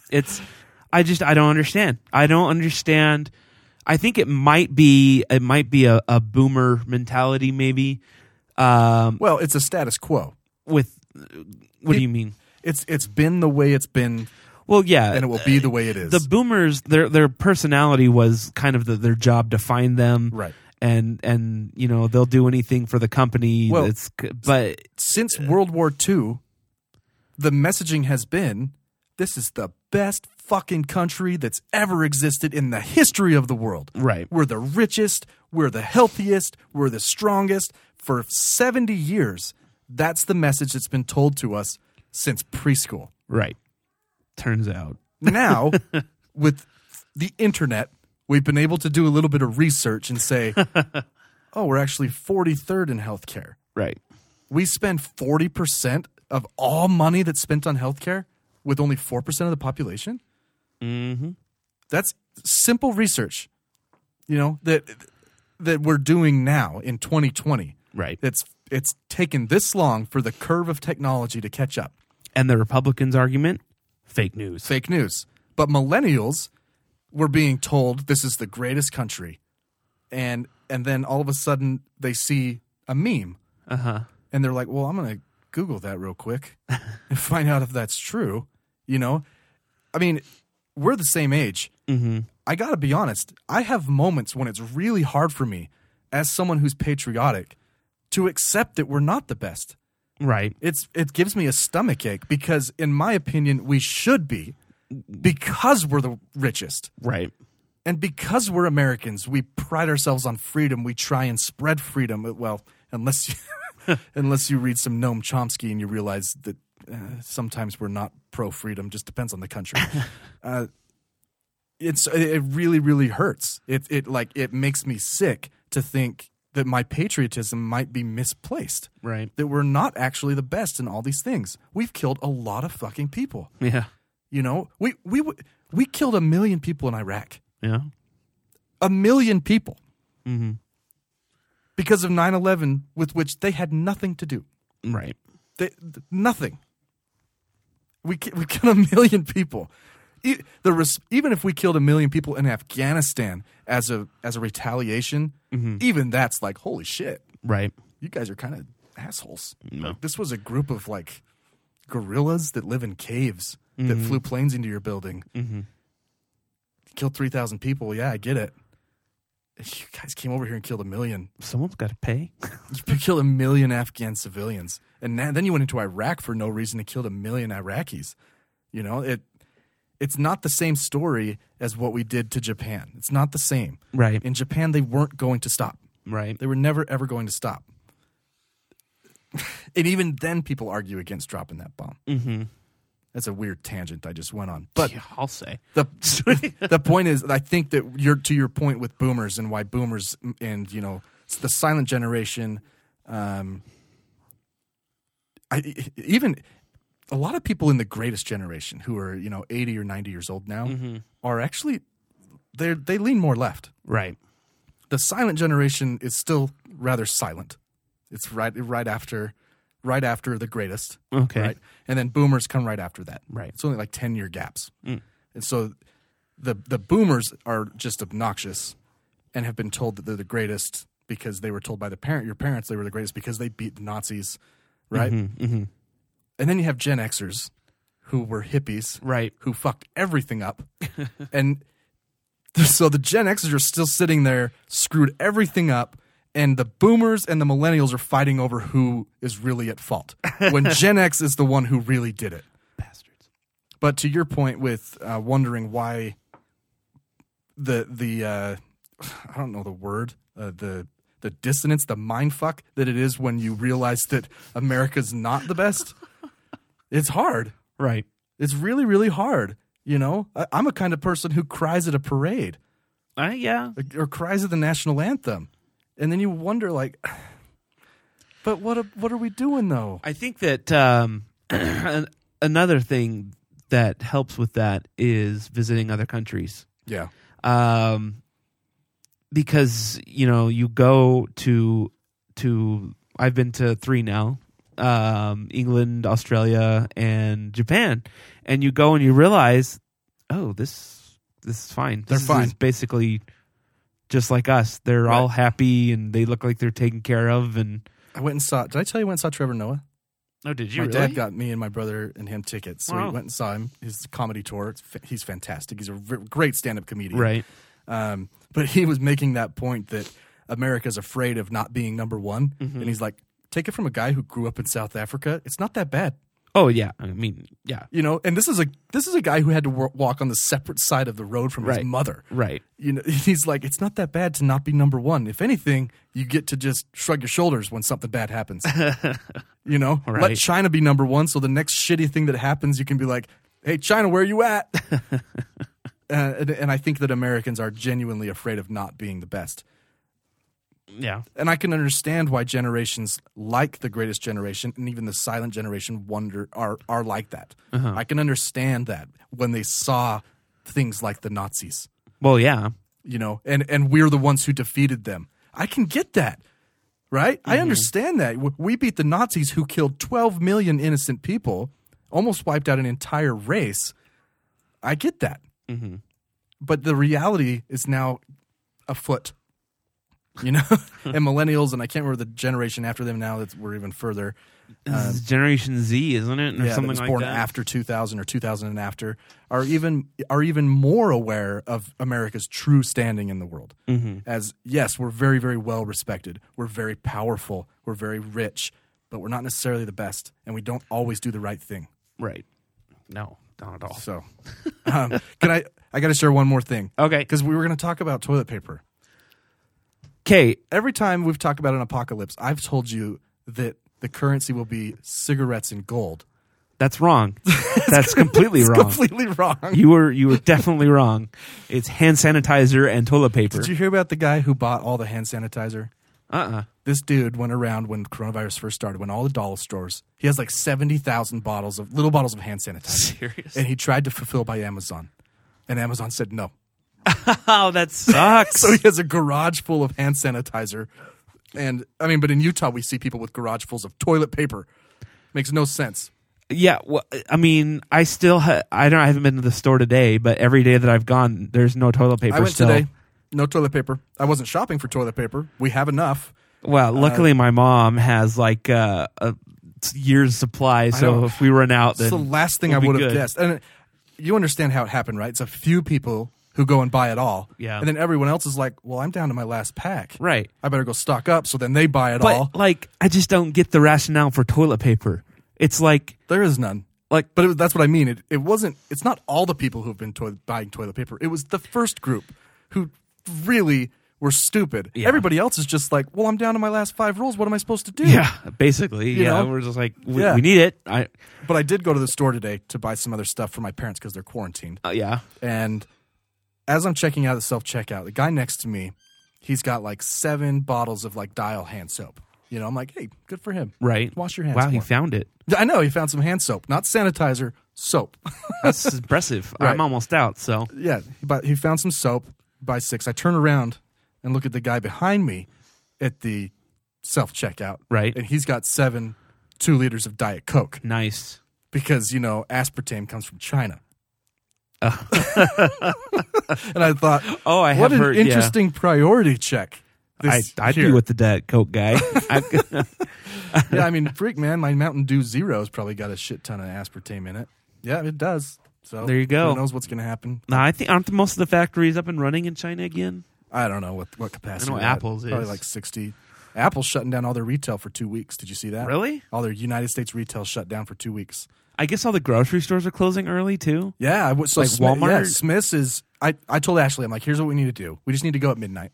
S8: it's I just I don't understand. I don't understand. I think it might be it might be a, a boomer mentality maybe. Um,
S7: Well, it's a status quo.
S8: with what do you mean?
S7: It's it's been the way it's been,
S8: Well, yeah,
S7: and it will be the way it is.
S8: the boomers their their personality was kind of the, their job defined them
S7: Right.
S8: and and you know they'll do anything for the company
S7: Well,
S8: that's c- but
S7: Since World War II, the messaging has been this is the best fucking country that's ever existed in the history of the world.
S8: Right.
S7: We're the richest, we're the healthiest, we're the strongest. For 70 years, that's the message that's been told to us since preschool.
S8: right turns out
S7: now with the internet we've been able to do a little bit of research and say oh we're actually 43rd in healthcare
S8: right
S7: we spend 40% of all money that's spent on healthcare with only 4% of the population mm-hmm. that's simple research you know that that we're doing now in 2020
S8: Right.
S7: it's it's taken this long for the curve of technology to catch up
S8: and the Republicans' argument fake news
S7: fake news. But millennials were being told this is the greatest country, and and then all of a sudden they see a meme, and they're like, "Well, I'm gonna Google that real quick and find out if that's true." You know, I mean, we're the same age. I gotta be honest. I have moments when it's really hard for me, as someone who's patriotic, to accept that we're not the best
S8: right
S7: it's it gives me a stomach ache because in my opinion we should be because we're the richest
S8: right
S7: and because we're Americans we pride ourselves on freedom we try and spread freedom Uh, well unless you unless you read some Noam Chomsky and you realize that uh, sometimes we're not pro freedom just depends on the country uh, it's it really really hurts it it like it makes me sick to think that my patriotism might be misplaced
S8: right
S7: that we're not actually the best in all these things. We've killed a lot of fucking people.
S8: yeah
S7: You know, we we w- we killed a million people in Iraq.
S8: yeah
S7: A million people. Because of 9/11 with which they had nothing to do.
S8: right
S7: They, th- nothing. We ki- we killed a million people. E- the res- even if we killed a million people in Afghanistan as a as a retaliation, even that's like holy shit
S8: right
S7: you guys are kind of assholes.
S8: No.
S7: Like, this was a group of like gorillas that live in caves that
S8: Mm-hmm.
S7: flew planes into your building. Killed 3,000 people. Yeah, I get it. You guys came over here and killed a million.
S8: someone's got to pay
S7: You killed a million Afghan civilians. And now, then you went into Iraq for no reason and killed a million Iraqis. You know, it it's not the same story as what we did to Japan. It's not the same.
S8: Right.
S7: In Japan, they weren't going to stop.
S8: right
S7: They were never ever going to stop. and even then, people argue against dropping that bomb. Mm-hmm. That's a weird tangent I just went on, but
S8: Yeah, I'll say
S7: the the point is, I think that you're to your point with boomers and why boomers and you know it's the silent generation. Um, I e, even a lot of people in the greatest generation who are you know 80 or 90 years old now are actually they they lean more left
S8: right
S7: the silent generation is still rather silent. It's right right after right after the greatest.
S8: Okay.
S7: Right. And then boomers come right after that.
S8: Right. Mm.
S7: It's only like ten year gaps. And so the the boomers are just obnoxious and have been told that they're the greatest because they were told by the parent your parents they were the
S8: Mm-hmm,
S7: greatest because they beat the Nazis. Right. And then you have Gen Xers who were hippies,
S8: Right.
S7: Who fucked everything up, and so the Gen Xers are still sitting there, screwed everything up, and the Boomers and the Millennials are fighting over who is really at fault when Gen X is the one who really did it.
S8: Bastards.
S7: But to your point with uh, wondering why the the uh, I don't know the word uh, the the dissonance the mindfuck that it is when you realize that America's not the best. it's hard.
S8: Right.
S7: It's really really hard. You know, I, I'm a kind of person who cries at a parade
S8: Uh, yeah.
S7: like, or cries at the national anthem, and then you wonder like, but what a- what are we doing though?
S8: I think that um, an- another thing that helps with that is visiting other countries.
S7: Yeah,
S8: um, because you know you go to to I've been to three now, um, England, Australia, and Japan, and you go and you realize, oh, this this is fine.
S7: They're
S8: This
S7: fine.
S8: Is basically just like us. They're all happy and they look like they're taken care of. And
S7: I went and saw. Did I tell you I went and saw Trevor Noah?
S8: oh, did
S7: my dad got me and my brother and him tickets, so we
S8: Wow.
S7: went and saw him. His comedy tour. It's fa- he's fantastic. He's a r- great stand-up comedian.
S8: right?
S7: Um, but he was making that point that America's afraid of not being number one,
S8: Mm-hmm.
S7: and he's like, take it from a guy who grew up in South Africa. It's not that bad,
S8: Oh yeah. I mean, yeah.
S7: you know. And this is a this is a guy who had to wor- walk on the separate side of the road from
S8: Right.
S7: his mother.
S8: Right.
S7: You know, he's like, it's not that bad to not be number one. If anything, you get to just shrug your shoulders when something bad happens. you know, let
S8: Right.
S7: China be number one, so the next shitty thing that happens, you can be like, "Hey, China, where you at?" uh, and, and I think that Americans are genuinely afraid of not being the best,
S8: Yeah.
S7: and I can understand why generations like the Greatest Generation and even the Silent Generation wonder are are like that. I can understand that when they saw things like the Nazis
S8: Well, yeah.
S7: you know, and and we're the ones who defeated them. I can get that, right? I understand that. W- We beat the Nazis who killed 12 million innocent people, almost wiped out an entire race. I get that. But the reality is now afoot, you know, and millennials, and I can't remember the generation after them now that we're even further.
S8: This is Generation Z, isn't it? Or
S7: Yeah, that
S8: something
S7: was
S8: like
S7: born
S8: that.
S7: after 2000 or 2000 and after are even are even more aware of America's true standing in the world.
S8: Mm-hmm.
S7: As yes, we're very very well respected. We're very powerful. We're very rich, but we're not necessarily the best, and we don't always do the right thing.
S8: Right. No, not at all.
S7: So, um, can I? I got to share one more thing.
S8: Okay.
S7: because we were going to talk about toilet paper.
S8: Okay.
S7: Every time we've talked about an apocalypse, I've told you that the currency will be cigarettes and gold.
S8: That's wrong. That's completely wrong.
S7: Completely wrong.
S8: you were you were definitely wrong. It's hand sanitizer and toilet paper.
S7: Did you hear about the guy who bought all the hand sanitizer?
S8: uh uh
S7: This dude went around when coronavirus first started, when all the dollar stores, he has like 70,000 bottles of little bottles of hand sanitizer.
S8: Serious?
S7: And he tried to fulfill by Amazon. And Amazon said no.
S8: Oh, that sucks.
S7: So he has a garage full of hand sanitizer. And I mean, but in Utah, we see people with garage fulls of toilet paper. Makes no sense.
S8: yeah. Well, I mean, I still ha- I don't I haven't been to the store today, but every day that I've gone, there's no toilet paper.
S7: I went
S8: still.
S7: today, no toilet paper. I wasn't shopping for toilet paper. We have enough. Uh,
S8: Well, luckily my mom has like uh, a year's supply, so
S7: know.
S8: if we run out, then
S7: It's the last thing
S8: we'll
S7: I
S8: be
S7: would have
S8: good.
S7: guessed. And it- you understand how it happened, right? It's a few people who go and buy it all.
S8: Yeah.
S7: And then everyone else is like, well, I'm down to my last pack.
S8: Right.
S7: I better go stock up. So then they buy it
S8: But
S7: all.
S8: like, I just don't get the rationale for toilet paper. It's like
S7: There is none.
S8: like
S7: But it, was- that's what I mean. It, it wasn't, it's not all the people who've been toilet, buying toilet paper. It was the first group who really were stupid.
S8: Yeah.
S7: Everybody else is just like, well, I'm down to my last five rolls. What am I supposed to do?
S8: Yeah, basically.
S7: You
S8: yeah,
S7: know?
S8: we're just like we,
S7: Yeah.
S8: we need it. I
S7: But I did go to the store today to buy some other stuff for my parents because they're quarantined.
S8: uh, yeah.
S7: And as I'm checking out at the self checkout, the guy next to me, he's got like seven bottles of like Dial hand soap. You know, I'm like, hey, good for him.
S8: Right.
S7: Wash your hands.
S8: Wow, he
S7: more.
S8: found it.
S7: I know he found some hand soap, not sanitizer, soap.
S8: That's impressive.
S7: Right.
S8: I'm almost out. So
S7: yeah, he, bought, he found some soap by six. I turn around and look at the guy behind me at the self checkout.
S8: Right.
S7: And he's got seven two liters of Diet Coke
S8: nice.
S7: because you know aspartame comes from China. and I thought,
S8: Oh, I
S7: what
S8: have
S7: an
S8: heard- yeah.
S7: interesting priority check.
S8: I,
S7: This
S8: I'd be
S7: here.
S8: with the Diet Coke guy. I,
S7: yeah, I mean, freak man, my Mountain Dew Zero has probably got a shit ton of aspartame in it. Yeah, it does. So
S8: There you go.
S7: Who knows what's going to happen?
S8: Now I think aren't the, most of the factories up and running in China again?
S7: I don't know what what capacity.
S8: I know
S7: they're at.
S8: Apple's
S7: probably
S8: is.
S7: like sixty. Apple's shutting down all their retail for two weeks. Did you see that?
S8: Really?
S7: All their United States retail shut down for two weeks.
S8: I guess all the grocery stores are closing early too.
S7: Yeah, I would- so
S8: Like
S7: Smith-
S8: Walmart?
S7: yeah, Smith's is. I I told Ashley, I'm like, here's what we need to do. We just need to go at midnight.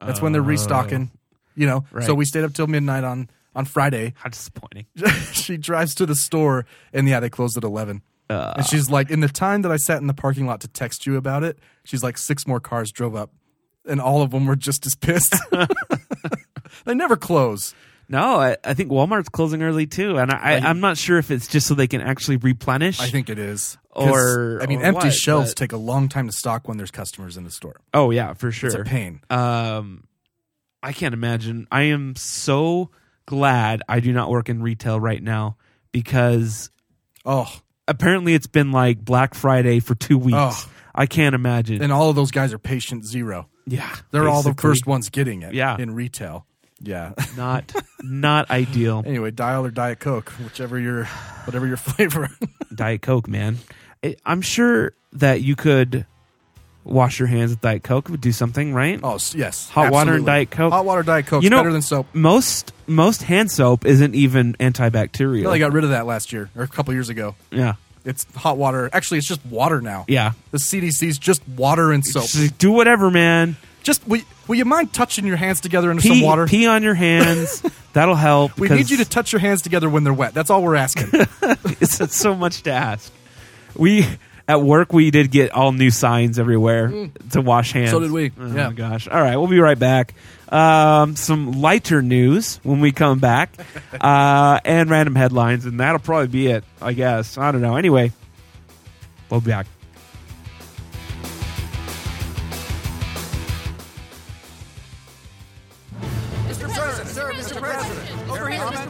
S7: That's when they're restocking. You know,
S8: Oh. Right.
S7: so we stayed up till midnight on on Friday.
S8: How disappointing.
S7: she drives to the store, and yeah, they closed at eleven.
S8: Uh.
S7: and she's like, in the time that I sat in the parking lot to text you about it, she's like, six more cars drove up, and all of them were just as pissed. they never close.
S8: No, I, I think Walmart's closing early too, and I, I, I'm not sure if it's just so they can actually replenish.
S7: I think it is. 'Cause,
S8: Or-
S7: I mean,
S8: or
S7: empty
S8: what,
S7: shelves
S8: but-
S7: take a long time to stock when there's customers in the store.
S8: Oh yeah, for sure.
S7: It's a pain.
S8: Um, I can't imagine. I am so glad I do not work in retail right now because
S7: Oh,
S8: apparently it's been like Black Friday for two weeks.
S7: Oh.
S8: I can't imagine.
S7: and all of those guys are patient zero.
S8: yeah,
S7: They're all the
S8: basically
S7: first ones getting it.
S8: Yeah.
S7: in retail. Yeah.
S8: Not not ideal.
S7: anyway, Dial or Diet Coke, whichever your, whatever your flavor.
S8: Diet Coke, man. I I'm sure that you could wash your hands with Diet Coke would do something, right?
S7: Oh s- yes,
S8: Hot water and
S7: absolutely.
S8: Diet Coke.
S7: Hot water Diet Coke.
S8: you know,
S7: better than soap.
S8: Most most hand soap isn't even antibacterial.
S7: They got rid of that last year or a couple years ago.
S8: yeah,
S7: It's hot water. Actually, it's just water now.
S8: yeah.
S7: The CDC's just water and soap.
S8: Just like, do whatever, man.
S7: Just will, will you mind touching your hands together into
S8: Pee,
S7: some water?
S8: pee on your hands. That'll help.
S7: we need you to touch your hands together when they're wet. That's all we're asking.
S8: it's it's so much to ask. We at work we did get all new signs everywhere to wash hands.
S7: Mm. So did we.
S8: Oh
S7: Yeah.
S8: my gosh. All right, we'll be right back. Um, some lighter news when we come back, uh, and random headlines, and that'll probably be it. I guess I don't know. Anyway, we'll be back.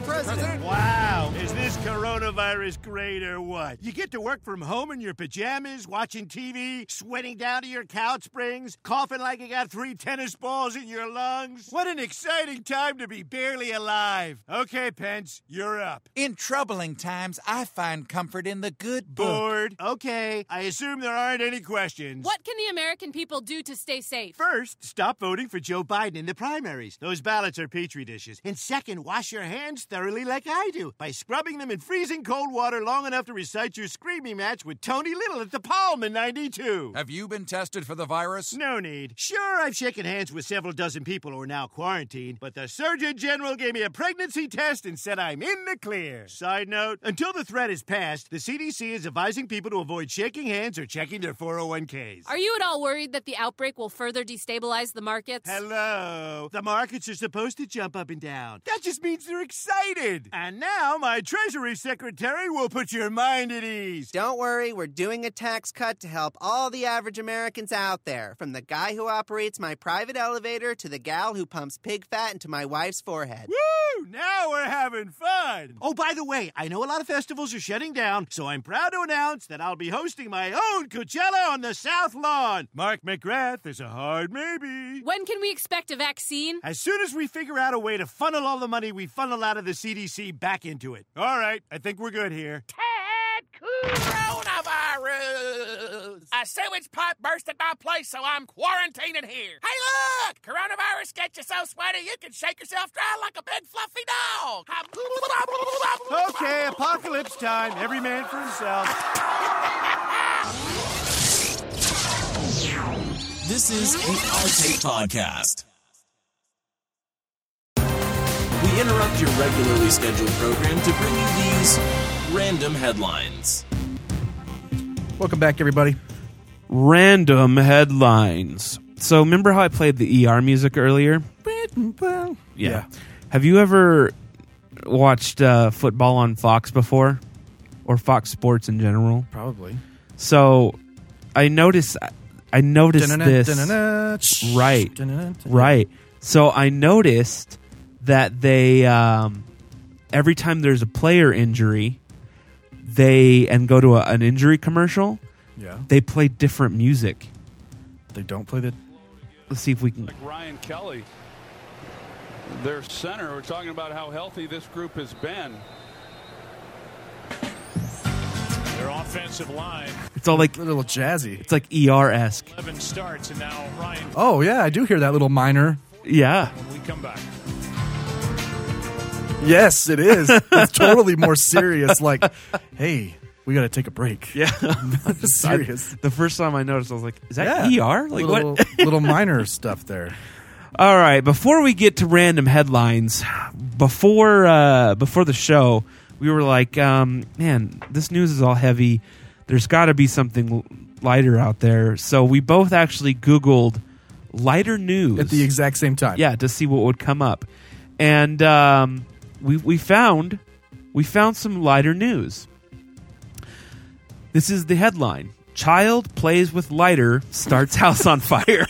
S2: Wow. Is this coronavirus great or what? You get to work from home in your pajamas, watching TV, sweating down to your couch springs, coughing like you got three tennis balls in your lungs. What an exciting time to be barely alive. Okay, Pence, you're up.
S10: In troubling times, I find comfort in the good book.
S2: Bored. Okay, I assume there aren't any questions.
S11: What can the American people do to stay safe?
S2: First, stop voting for Joe Biden in the primaries. Those ballots are petri dishes. And second, wash your hands thoroughly like I do by scrubbing them in freezing cold water long enough to recite your screaming match with Tony Little at the Palm in 92.
S10: Have you been tested for the virus?
S2: No need. Sure, I've shaken hands with several dozen people who are now quarantined, but the Surgeon General gave me a pregnancy test and said I'm in the clear. Side note until the threat is passed, the CDC is advising people to avoid shaking hands or checking their 401ks.
S11: Are you at all worried that the outbreak will further destabilize the markets?
S2: Hello. The markets are supposed to jump up and down. That just means they're excited. And now my Treasury Secretary will put your mind at ease.
S12: Don't worry, we're doing a tax cut to help all the average Americans out there, from the guy who operates my private elevator to the gal who pumps pig fat into my wife's forehead.
S2: Woo! Now we're having fun. Oh, by the way, I know a lot of festivals are shutting down, so I'm proud to announce that I'll be hosting my own Coachella on the South Lawn. Mark McGrath is a hard maybe.
S11: When can we expect a vaccine?
S2: As soon as we figure out a way to funnel all the money we funnel out of the CDC back into it. All right, I think we're good here.
S10: Coronavirus! A sewage pipe burst at my place, so I'm quarantining here. Hey, look! Coronavirus gets you so sweaty you can shake yourself dry like a big fluffy dog. I'm-
S2: Okay, apocalypse time. Every man for himself.
S4: This is the Our Take Podcast. We interrupt your regularly scheduled program to bring you these random headlines.
S7: Welcome back, everybody.
S8: Random headlines. So remember how I played the ER music earlier?
S7: Yeah.
S8: Have you ever watched uh, football on Fox before, or Fox Sports in general?
S7: probably.
S8: So I noticed. I noticed
S7: Dun-dun-dun,
S8: this.
S7: dun-dun-dun, shh,
S8: Right.
S7: dun-dun-dun, dun-dun.
S8: Right. So I noticed that they um, every time there's a player injury, they and go to a, an injury commercial,
S7: Yeah.
S8: they play different music.
S7: They don't play the.
S8: Let's see if we can.
S2: Ryan Kelly, their center. We're talking about how healthy this group has been.
S1: They're off
S13: offensive line.
S8: It's all like
S7: a little jazzy.
S8: It's like ER esque.
S13: Eleven starts, and now Ryan.
S7: Oh yeah, I do hear that little minor.
S8: Yeah.
S13: When we come back,
S7: Yes, it is. it's totally more serious. Like, hey, we got to take a break.
S8: Yeah,
S7: serious.
S8: the first time I noticed, I was like, "Is that
S7: Yeah.
S8: ER?" Like
S7: little,
S8: what?
S7: little minor stuff there.
S8: All right. Before we get to random headlines, before uh, before the show, we were like, um, "Man, this news is all heavy. There's got to be something l- lighter out there." So we both actually Googled lighter news at the
S7: exact same time.
S8: Yeah, to see what would come up, and um, we we found we found some lighter news. This is the headline: Child plays with lighter, starts house on fire.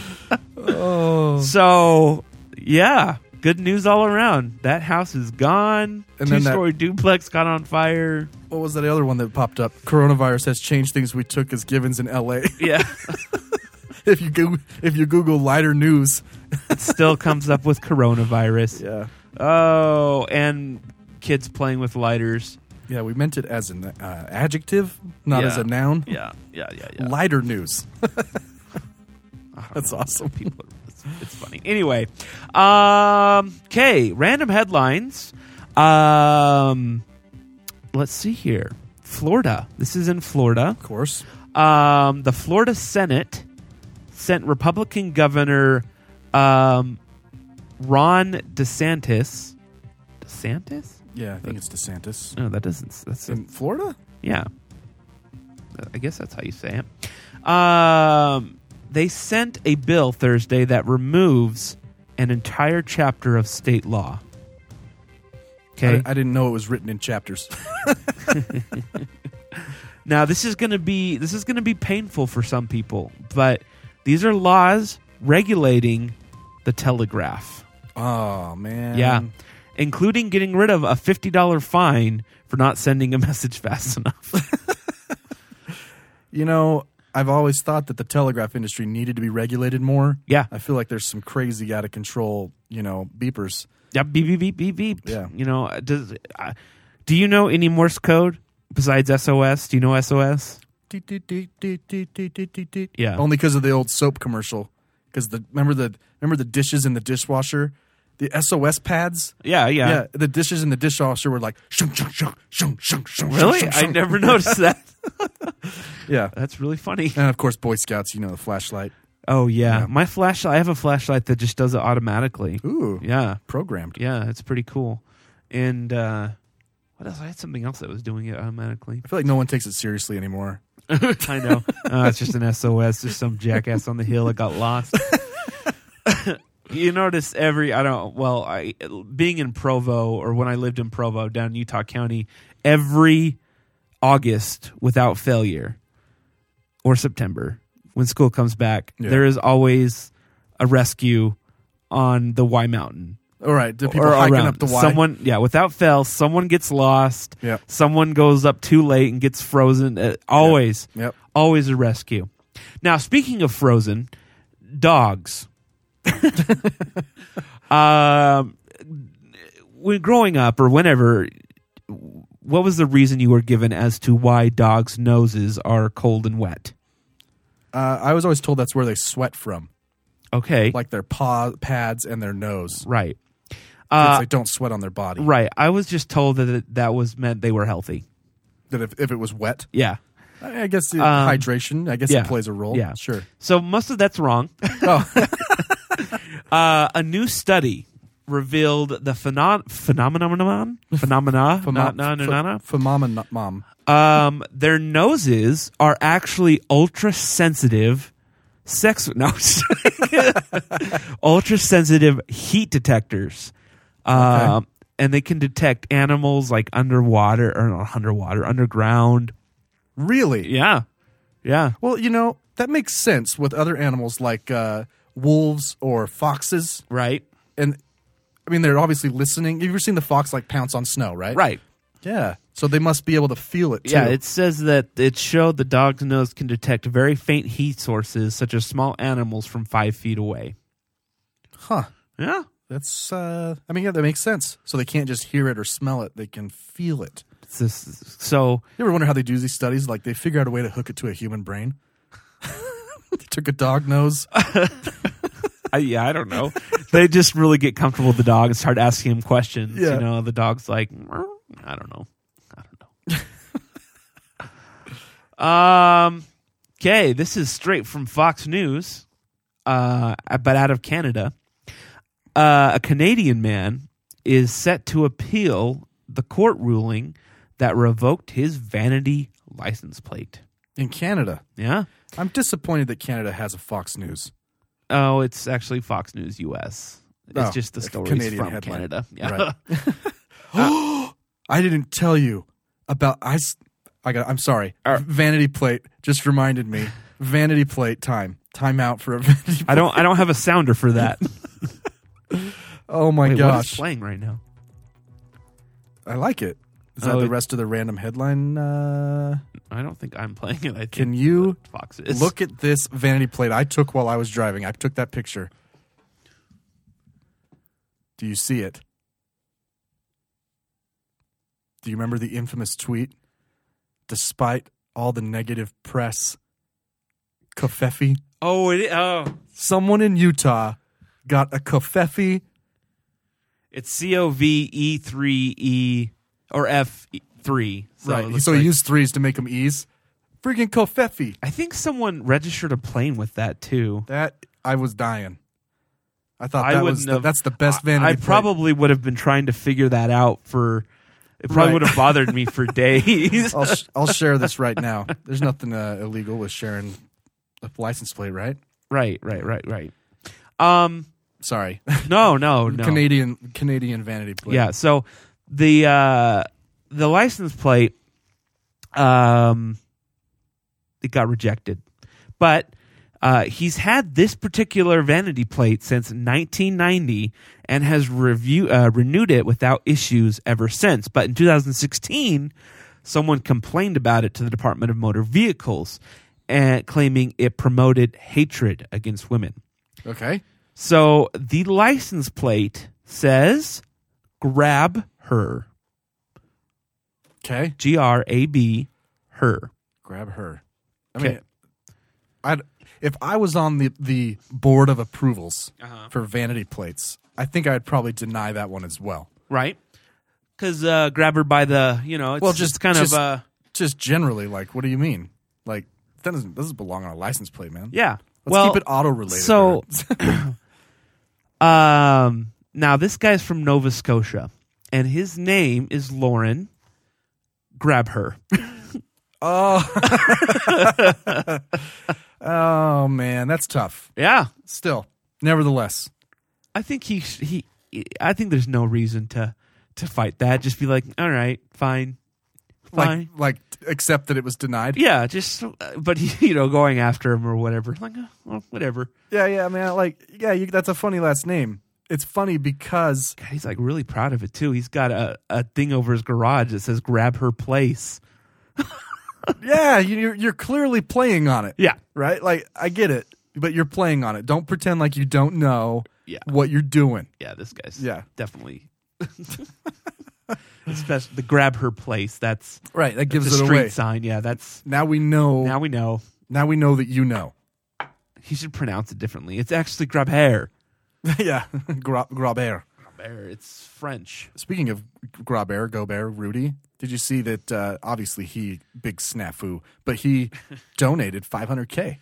S7: Oh.
S8: So, yeah, good news all around. That house is gone.
S7: And
S8: Two
S7: then that-
S8: story duplex got on fire.
S7: What was that other one that popped up? Coronavirus has changed things we took as givens in L.A.
S8: Yeah.
S7: if you go, if you Google lighter news,
S8: It still comes up with coronavirus. Yeah. Oh, and kids playing with lighters.
S7: yeah, we meant it as an uh, adjective, not
S8: Yeah.
S7: as a noun.
S8: Yeah, yeah, yeah, yeah.
S7: Lighter news. That's awesome.
S8: People, it's, it's funny. Anyway, um, okay, random headlines. Um, let's see here. Florida. This is in Florida, of
S7: course.
S8: Um, the Florida Senate sent Republican Governor um, Ron DeSantis. DeSantis?
S7: Yeah, I think it's DeSantis.
S8: No, that doesn't. That's
S7: in Florida.
S8: Yeah. I guess that's how you say it. Um, they sent a bill Thursday that removes an entire chapter of state law. Okay.
S7: I, I didn't know it was written in chapters.
S8: Now this is going to be this is going to be painful for some people, but these are laws regulating the telegraph.
S7: oh man.
S8: Yeah. Including getting rid of a $50 fine for not sending a message fast enough.
S7: You know, I've always thought that the telegraph industry needed to be regulated more.
S8: Yeah.
S7: I feel like there's some crazy out of control, you know, beepers.
S8: Yeah, beep beep beep beep beep.
S7: Yeah.
S8: You know, uh, does uh, do you know any Morse code besides SOS? Do you know SOS? Yeah.
S7: Only because of the old soap commercial. Because the remember the remember the dishes in the dishwasher, the SOS pads.
S8: Yeah, yeah.
S7: the dishes in the dishwasher were like shunk shunk shunk shunk shunk shunk.
S8: Really?
S7: shunk,
S8: I
S7: shunk.
S8: never noticed that.
S7: yeah,
S8: that's really funny.
S7: And of course, Boy Scouts, you know, the flashlight.
S8: Oh yeah. My flashlight I have a flashlight that just does it automatically.
S7: Ooh.
S8: Yeah.
S7: Programmed.
S8: Yeah, it's pretty cool. And uh what else? I had something else that was doing it automatically.
S7: I feel like no one takes it seriously anymore.
S8: I know. Uh, it's just an SOS. There's some jackass on the hill that got lost. you notice every I don't well I being in Provo or when I lived in Provo down in Utah County every August without failure or September when school comes back
S7: Yeah.
S8: there is always a rescue on the Y Mountain.
S7: All right, the people
S8: Or
S7: hiking
S8: around.
S7: up the Y.
S8: Someone, yeah, without fail, someone gets lost.
S7: Yeah.
S8: Someone goes up too late and gets frozen. Uh, always,
S7: Yep.
S8: always a rescue. Now, speaking of frozen, dogs. um, when growing up or whenever, what was the reason you were given as to why dogs' noses are cold and wet?
S7: Uh, I was always told that's where they sweat from.
S8: Okay.
S7: Like their paw pads and their nose.
S8: Right.
S7: Uh,
S8: Uh,
S7: they don't sweat on their body.
S8: Right. I was just told that it, that was meant they were healthy.
S7: That if, if it was wet.
S8: Yeah.
S7: I I guess the
S8: Um,
S7: hydration. I guess
S8: yeah.
S7: it plays a role.
S8: Yeah.
S7: Sure.
S8: So most of that's wrong. Oh. uh, a new study revealed the phenom- phenomenon phenomena
S7: Phemo-
S8: phenomena
S7: ph- Phenomenon. Mom.
S8: um their noses are actually ultra sensitive sex no ultra sensitive heat detectors um and they can detect animals like underwater or not underwater underground
S7: Really?
S8: yeah yeah
S7: Well, you know, that makes sense with other animals like uh, wolves or foxes.
S8: Right.
S7: And I mean, they're obviously listening. You've ever seen the fox like pounce on snow, right?
S8: Right.
S7: Yeah. So they must be able to feel it too.
S8: Yeah, it says that it showed the dog's nose can detect very faint heat sources, such as small animals from five feet away.
S7: Huh.
S8: Yeah.
S7: That's uh I mean yeah, that makes sense. So they can't just hear it or smell it, they can feel it.
S8: so
S7: you ever wonder how they do these studies? Like they figure out a way to hook it to a human brain. they took a dog nose.
S8: I, yeah, I don't know. they just really get comfortable with the dog and start asking him questions.
S7: Yeah.
S8: You know, the dog's like, "Meow." I don't know, I don't know. um, okay, this is straight from Fox News, uh, but out of Canada. Uh, a Canadian man is set to appeal the court ruling that revoked his vanity license plate
S7: in Canada.
S8: Yeah,
S7: I'm disappointed that Canada has a Fox News.
S8: Oh, it's actually Fox News US. It's
S7: Oh,
S8: just the
S7: a
S8: stories
S7: Canadian
S8: from
S7: headline.
S8: Canada. Yeah.
S7: Right. I didn't tell you about I. s- I got. I'm sorry. Vanity plate just reminded me. Vanity plate time. Time out for a vanity. Plate.
S8: I don't. I don't have a sounder for that.
S7: Oh my
S8: Wait, What is
S7: gosh!
S8: playing right now?
S7: I like it. Is that
S8: Oh,
S7: the
S8: it-
S7: rest of the random headline? Uh,
S8: I don't think I'm playing it. I think
S7: can you
S8: Fox is.
S7: look at this vanity plate I took while I was driving? I took that picture. Do you see it? Do you remember the infamous tweet? Despite all the negative press, Kofefi
S8: Oh, it. Oh,
S7: someone in Utah got a kofefi.
S8: it's C O V E three E or F three. So it
S7: right.
S8: looks
S7: So
S8: like-
S7: he used threes to make them E's. Freaking kofefi.
S8: I think someone registered a plane with that too.
S7: That I was dying. I thought
S8: I
S7: that
S8: wouldn't
S7: was the,
S8: have-
S7: that's the best
S8: I-
S7: vanity.
S8: I
S7: plate.
S8: probably would have been trying to figure that out for. It probably
S7: Right.
S8: would have bothered me for days.
S7: I'll sh- I'll share this right now. There's nothing uh, illegal with sharing a license plate, right?
S8: Right, right, right, right. Um,
S7: sorry.
S8: No, no, no.
S7: Canadian Canadian vanity plate.
S8: Yeah. So the uh, the license plate, um, it got rejected, but uh, he's had this particular vanity plate since 1990 and has review uh, renewed it without issues ever since. But in 2016, someone complained about it to the Department of Motor Vehicles, and claiming it promoted hatred against women.
S7: Okay.
S8: So the license plate says grab her.
S7: Okay.
S8: G R A B her.
S7: Grab her. I mean, I if I was on the the board of approvals
S8: Uh-huh.
S7: for vanity plates, I think I'd probably deny that one as well.
S8: Right? Cuz uh grab her by the, you know, it's
S7: well, just
S8: it's kind
S7: just-
S8: of uh
S7: just generally like, what do you mean? Like that doesn't doesn't belong on a license plate, man.
S8: yeah.
S7: Let's
S8: well,
S7: keep it auto related.
S8: So um now this guy's from Nova Scotia and his name is Lauren grab her.
S7: Oh. oh man, that's tough.
S8: Yeah.
S7: Still, nevertheless,
S8: I think he sh- he I think there's no reason to to fight that. Just be like, "All right, fine." Fine.
S7: like like accept that it was denied.
S8: Yeah, just uh, but you know, going after him or whatever. Like, uh, well, whatever.
S7: Yeah, yeah, man. Like, yeah, you, that's a funny last name. It's funny because
S8: God, he's like really proud of it too. He's got a, a thing over his garage that says "Grab her place."
S7: yeah, you, you're you're clearly playing on it.
S8: Yeah.
S7: right. Like, I get it, but you're playing on it. Don't pretend like you don't know
S8: Yeah.
S7: what you're doing.
S8: Yeah, this guy's
S7: Yeah.
S8: definitely. Especially the "Grab her place." That's
S7: Right, that
S8: that's
S7: gives
S8: a
S7: it
S8: street
S7: away.
S8: sign. Yeah, that's
S7: Now we know.
S8: now we know
S7: now we know that you know.
S8: he should pronounce it differently. It's actually "Grab hair."
S7: yeah, Gra- Graber.
S8: It's French.
S7: Speaking of Graber, Gobert, Rudy, did you see that? Uh, obviously, he big snafu, but he donated 500k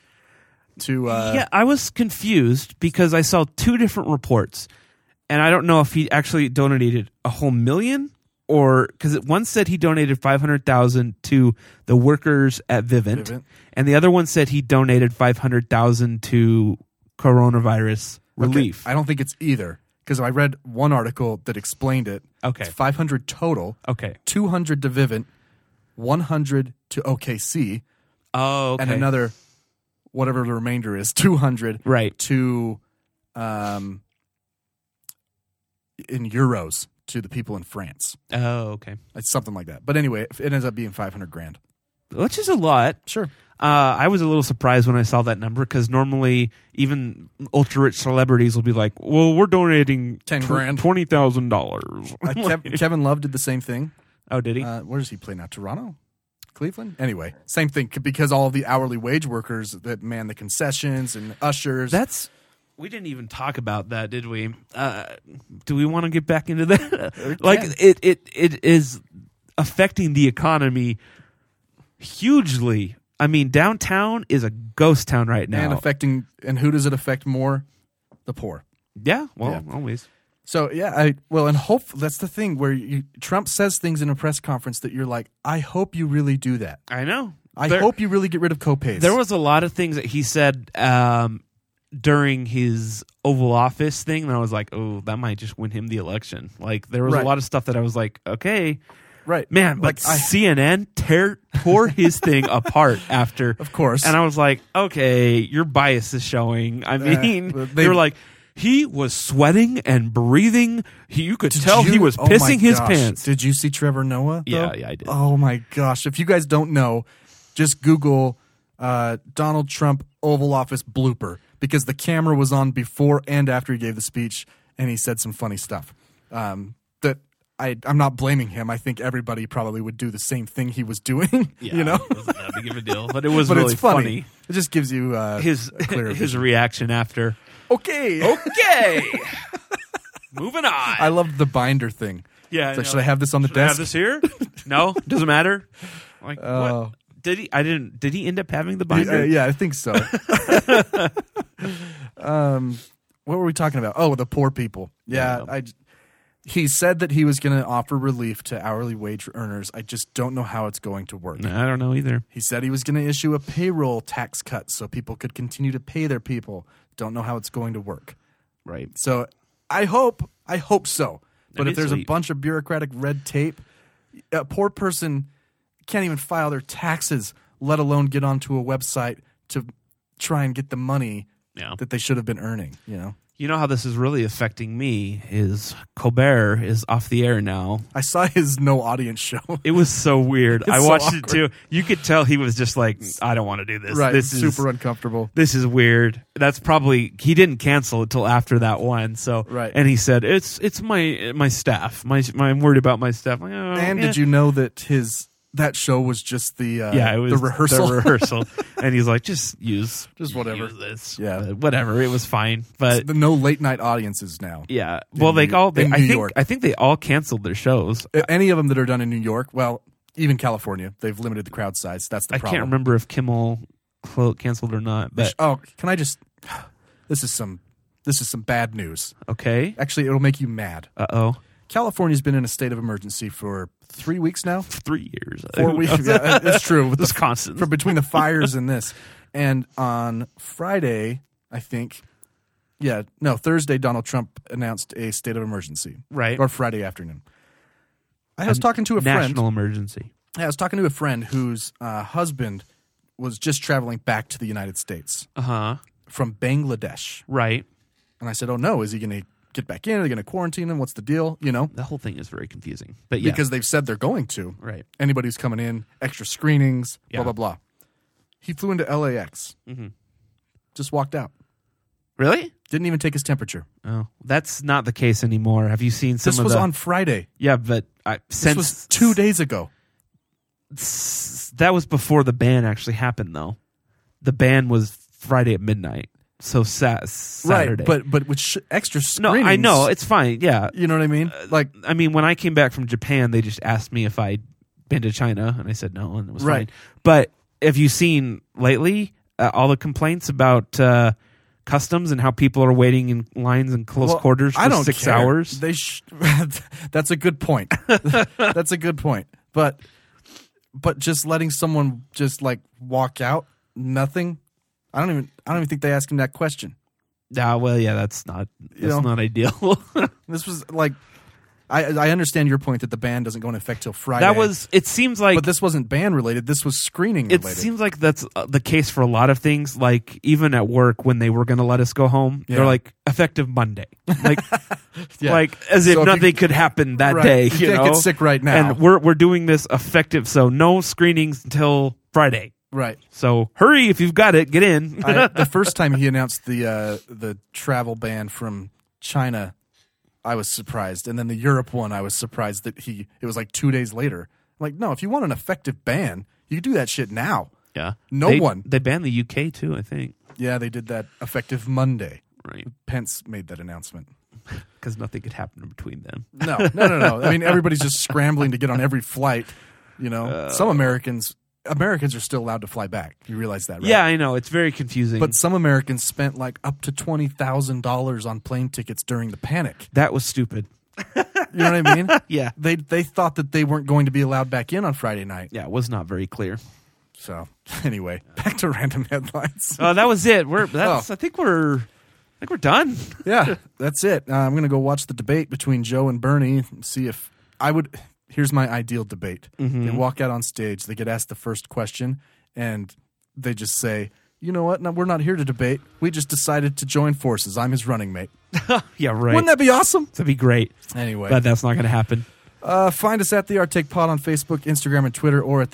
S7: to. Uh,
S8: yeah, I was confused because I saw two different reports, and I don't know if he actually donated a whole million or because one said he donated five hundred thousand to the workers at Vivint,
S7: Vivint.
S8: and the other one said he donated five hundred thousand to coronavirus
S7: okay,
S8: relief.
S7: I don't think it's either because I read one article that explained it.
S8: Okay.
S7: It's 500 total.
S8: Okay.
S7: 200 to Vivint, 100 to OKC,
S8: Oh, okay.
S7: and another whatever the remainder is 200
S8: Right.
S7: to um in euros to the people in France.
S8: Oh, okay.
S7: It's something like that. But anyway, it ends up being 500 grand.
S8: which is a lot.
S7: Sure.
S8: Uh, I was a little surprised when I saw that number because normally even ultra rich celebrities will be like, "Well, we're donating ten
S7: grand.
S8: twenty thousand dollars."
S7: Uh, Kev- Kevin Love did the same thing.
S8: Oh, did he?
S7: Uh, where does he play now? Toronto, Cleveland. Anyway, same thing c- because all of the hourly wage workers that man the concessions and ushers.
S8: That's we didn't even talk about that, did we? Uh, do we want to get back into that? like
S7: can.
S8: it, it, it is affecting the economy hugely. I mean, downtown is a ghost town right now.
S7: and affecting and who does it affect more? The poor.
S8: yeah, well, always.
S7: So yeah, I well, and hope that's the thing where you, Trump says things in a press conference that you're like, I hope you really do that.
S8: I know.
S7: I
S8: There-
S7: hope you really get rid of copays.
S8: There was a lot of things that he said um, during his Oval Office thing that I was like, oh, that might just win him the election. Like there was
S7: Right.
S8: a lot of stuff that I was like, okay,
S7: right,
S8: man, but
S7: Like, I-
S8: CNN tear tore his thing apart after, of
S7: course.
S8: And I was like, okay, your bias is showing. I
S7: Uh,
S8: mean,
S7: but
S8: they
S7: they-
S8: were like. He was sweating and breathing. He, you could
S7: Did
S8: tell he
S7: you-
S8: was
S7: oh my
S8: pissing his
S7: gosh.
S8: pants.
S7: Did you see Trevor Noah? though?
S8: Yeah, yeah, I did.
S7: Oh my gosh! If you guys don't know, just Google uh, Donald Trump Oval Office blooper because the camera was on before and after he gave the speech, and he said some funny stuff. Um, that I I'm not blaming him. I think everybody probably would do the same thing he was doing. you know,
S8: it wasn't that big of a deal, but it was
S7: But
S8: really
S7: it's funny. It just gives you uh,
S8: His
S7: a clearer
S8: his
S7: vision.
S8: reaction after.
S7: Okay.
S8: Okay. Moving on.
S7: I love the binder thing.
S8: Yeah. I
S7: It's like,
S8: know.
S7: should I have this on the
S8: Should I
S7: desk?
S8: have this here? no, doesn't matter. Like
S7: Oh.
S8: what? Did he? I didn't. Did he end up having the
S7: Yeah,
S8: binder?
S7: uh, yeah, I think so. um, what were we talking about? Oh, the poor people. Yeah, I. j- He said that he was going to offer relief to hourly wage earners. I just don't know how it's going to work.
S8: I don't know either.
S7: He said he was going to issue a payroll tax cut so people could continue to pay their people. Don't know how it's going to work.
S8: Right.
S7: So I hope, I hope so. But if
S8: That'd be
S7: there's
S8: sweet.
S7: a bunch of bureaucratic red tape, a poor person can't even file their taxes, let alone get onto a website to try and get the money
S8: Yeah.
S7: that they should have been earning. You know,
S8: You know how this is really affecting me is Colbert is off the air now.
S7: I saw his no audience show.
S8: It was so weird.
S7: It's
S8: I
S7: so
S8: watched it too.
S7: awkward.
S8: You could tell he was just like, I don't want to do this.
S7: right,
S8: This is
S7: super uncomfortable.
S8: This is weird. That's probably he didn't cancel it till after that one. So
S7: Right.
S8: and he said it's it's my my staff. My, my I'm worried about my staff. Like, oh,
S7: and
S8: yeah.
S7: did you know that his that show was just the uh,
S8: yeah, it was
S7: the rehearsal
S8: the rehearsal, and he's like, just use
S7: Just whatever.
S8: use this,
S7: Yeah.
S8: Uh, whatever. It was fine, but
S7: the no late night audiences now.
S8: yeah.
S7: In
S8: Well, they
S7: New-
S8: all they,
S7: in
S8: I
S7: New
S8: think
S7: York.
S8: I think they all canceled their shows.
S7: Uh, Any of them that are done in New York, well, even California, they've limited the crowd size. That's the
S8: I
S7: problem.
S8: can't remember if Kimmel clo- canceled or not,
S7: They
S8: but
S7: sh- oh, can I just? This is some. This is some bad news.
S8: okay.
S7: Actually, it'll make you mad.
S8: Uh oh,
S7: California's been in a state of emergency for three weeks now.
S8: three years,
S7: Four
S8: Who
S7: weeks.
S8: knows?
S7: Yeah, it's true. With the-
S8: Wisconsin.
S7: for between the fires and this, and on Friday, I think. Yeah, no, Thursday, Donald Trump announced a state of emergency.
S8: Right.
S7: Or Friday afternoon. I was talking to a friend.
S8: national emergency.
S7: I was talking to a friend whose uh, husband was just traveling back to the United States
S8: Uh huh.
S7: from Bangladesh.
S8: Right.
S7: And I said, "Oh no, is he going to get back in? Are they going to quarantine him? What's the deal? You know,
S8: The whole thing is very confusing, but yeah,
S7: because they've said they're going to.
S8: right.
S7: Anybody who's coming in, extra screenings,
S8: Yeah.
S7: blah blah blah." He flew into LAX,
S8: Mhm.
S7: just walked out,
S8: Really?
S7: didn't even take his temperature.
S8: Oh, that's not the case anymore. Have you seen some
S7: this
S8: of
S7: was
S8: the?
S7: on Friday.
S8: yeah, but I,
S7: This
S8: since
S7: was two days ago.
S8: s- that was before the ban actually happened though the ban was friday at midnight so sa- saturday
S7: Right, but but with sh- extra
S8: no
S7: screenings.
S8: i know it's Uh, fine yeah
S7: you know what I mean. like
S8: i mean when i came back from japan they just asked me if i'd been to china and i said no and it was
S7: Right.
S8: fine but have you seen lately uh, all the complaints about uh, customs and how people are waiting in lines in close
S7: Well,
S8: quarters for
S7: I don't
S8: six
S7: care.
S8: hours
S7: They sh- that's a good point. that's a good point. But but just letting someone just like walk out, nothing. I don't even I don't even think they asked him that question.
S8: ah, well yeah that's not that's
S7: know.
S8: not ideal
S7: This was like I I understand your point that the ban doesn't go into effect till Friday.
S8: that was it seems like
S7: but this wasn't ban related. This was screening
S8: it
S7: related.
S8: seems like that's uh, the case for a lot of things like even at work when they were going to let us go home
S7: Yeah.
S8: they're like effective monday like
S7: Yeah.
S8: like as if
S7: So if you-
S8: nothing could happen that
S7: Right.
S8: day
S7: You
S8: you,
S7: can't
S8: know
S7: get sick right now.
S8: and we're we're doing this effective so no screenings until Friday.
S7: Right.
S8: So hurry if you've got it. Get in.
S7: I, the first time he announced the uh, the travel ban from China, I was surprised, and then the Europe one, I was surprised that he it was like two days later. I'm like, no, if you want an effective ban, you do that shit now.
S8: Yeah.
S7: No
S8: They-
S7: one.
S8: They banned the UK too, I think,
S7: Yeah, they did that effective Monday.
S8: Right.
S7: Pence made that announcement.
S8: because nothing could happen in between them.
S7: No, no, no, no. I mean, everybody's just scrambling to get on every flight. You know, some Americans Americans are still allowed to fly back. You realize that, right?
S8: Yeah, I know. It's very confusing.
S7: But some Americans spent like up to twenty thousand dollars on plane tickets during the panic.
S8: that was stupid.
S7: You know what I mean?
S8: yeah.
S7: They they thought that they weren't going to be allowed back in on Friday night.
S8: Yeah, it was not very clear.
S7: So anyway, back to random headlines.
S8: Oh, that was it. We're that's, I think we're I think we're done.
S7: yeah, that's it. Uh, I'm gonna go watch the debate between Joe and Bernie. And see if I would. Here's my ideal debate.
S8: Mhm.
S7: They walk out on stage. They get asked the first question, and they just say, "You know what? No, we're not here to debate. We just decided to join forces. I'm his running mate."
S8: Yeah, right.
S7: Wouldn't that be awesome?
S8: That'd be great.
S7: Anyway.
S8: but that's not going to happen.
S7: Uh, find us at the Arctic Pod on Facebook, Instagram, and Twitter, or at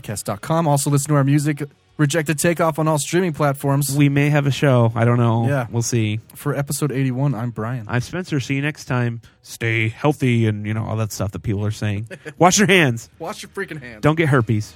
S7: thearcticpodcast.com. Also, listen to our music, Rejected Takeoff, on all streaming platforms.
S8: We may have a show. I don't know.
S7: Yeah.
S8: we'll see.
S7: For episode 81, I'm Brian.
S8: I'm Spencer. See you next time. Stay healthy and you know all that stuff that people are saying. Wash your hands.
S7: Wash your freaking hands.
S8: Don't get herpes.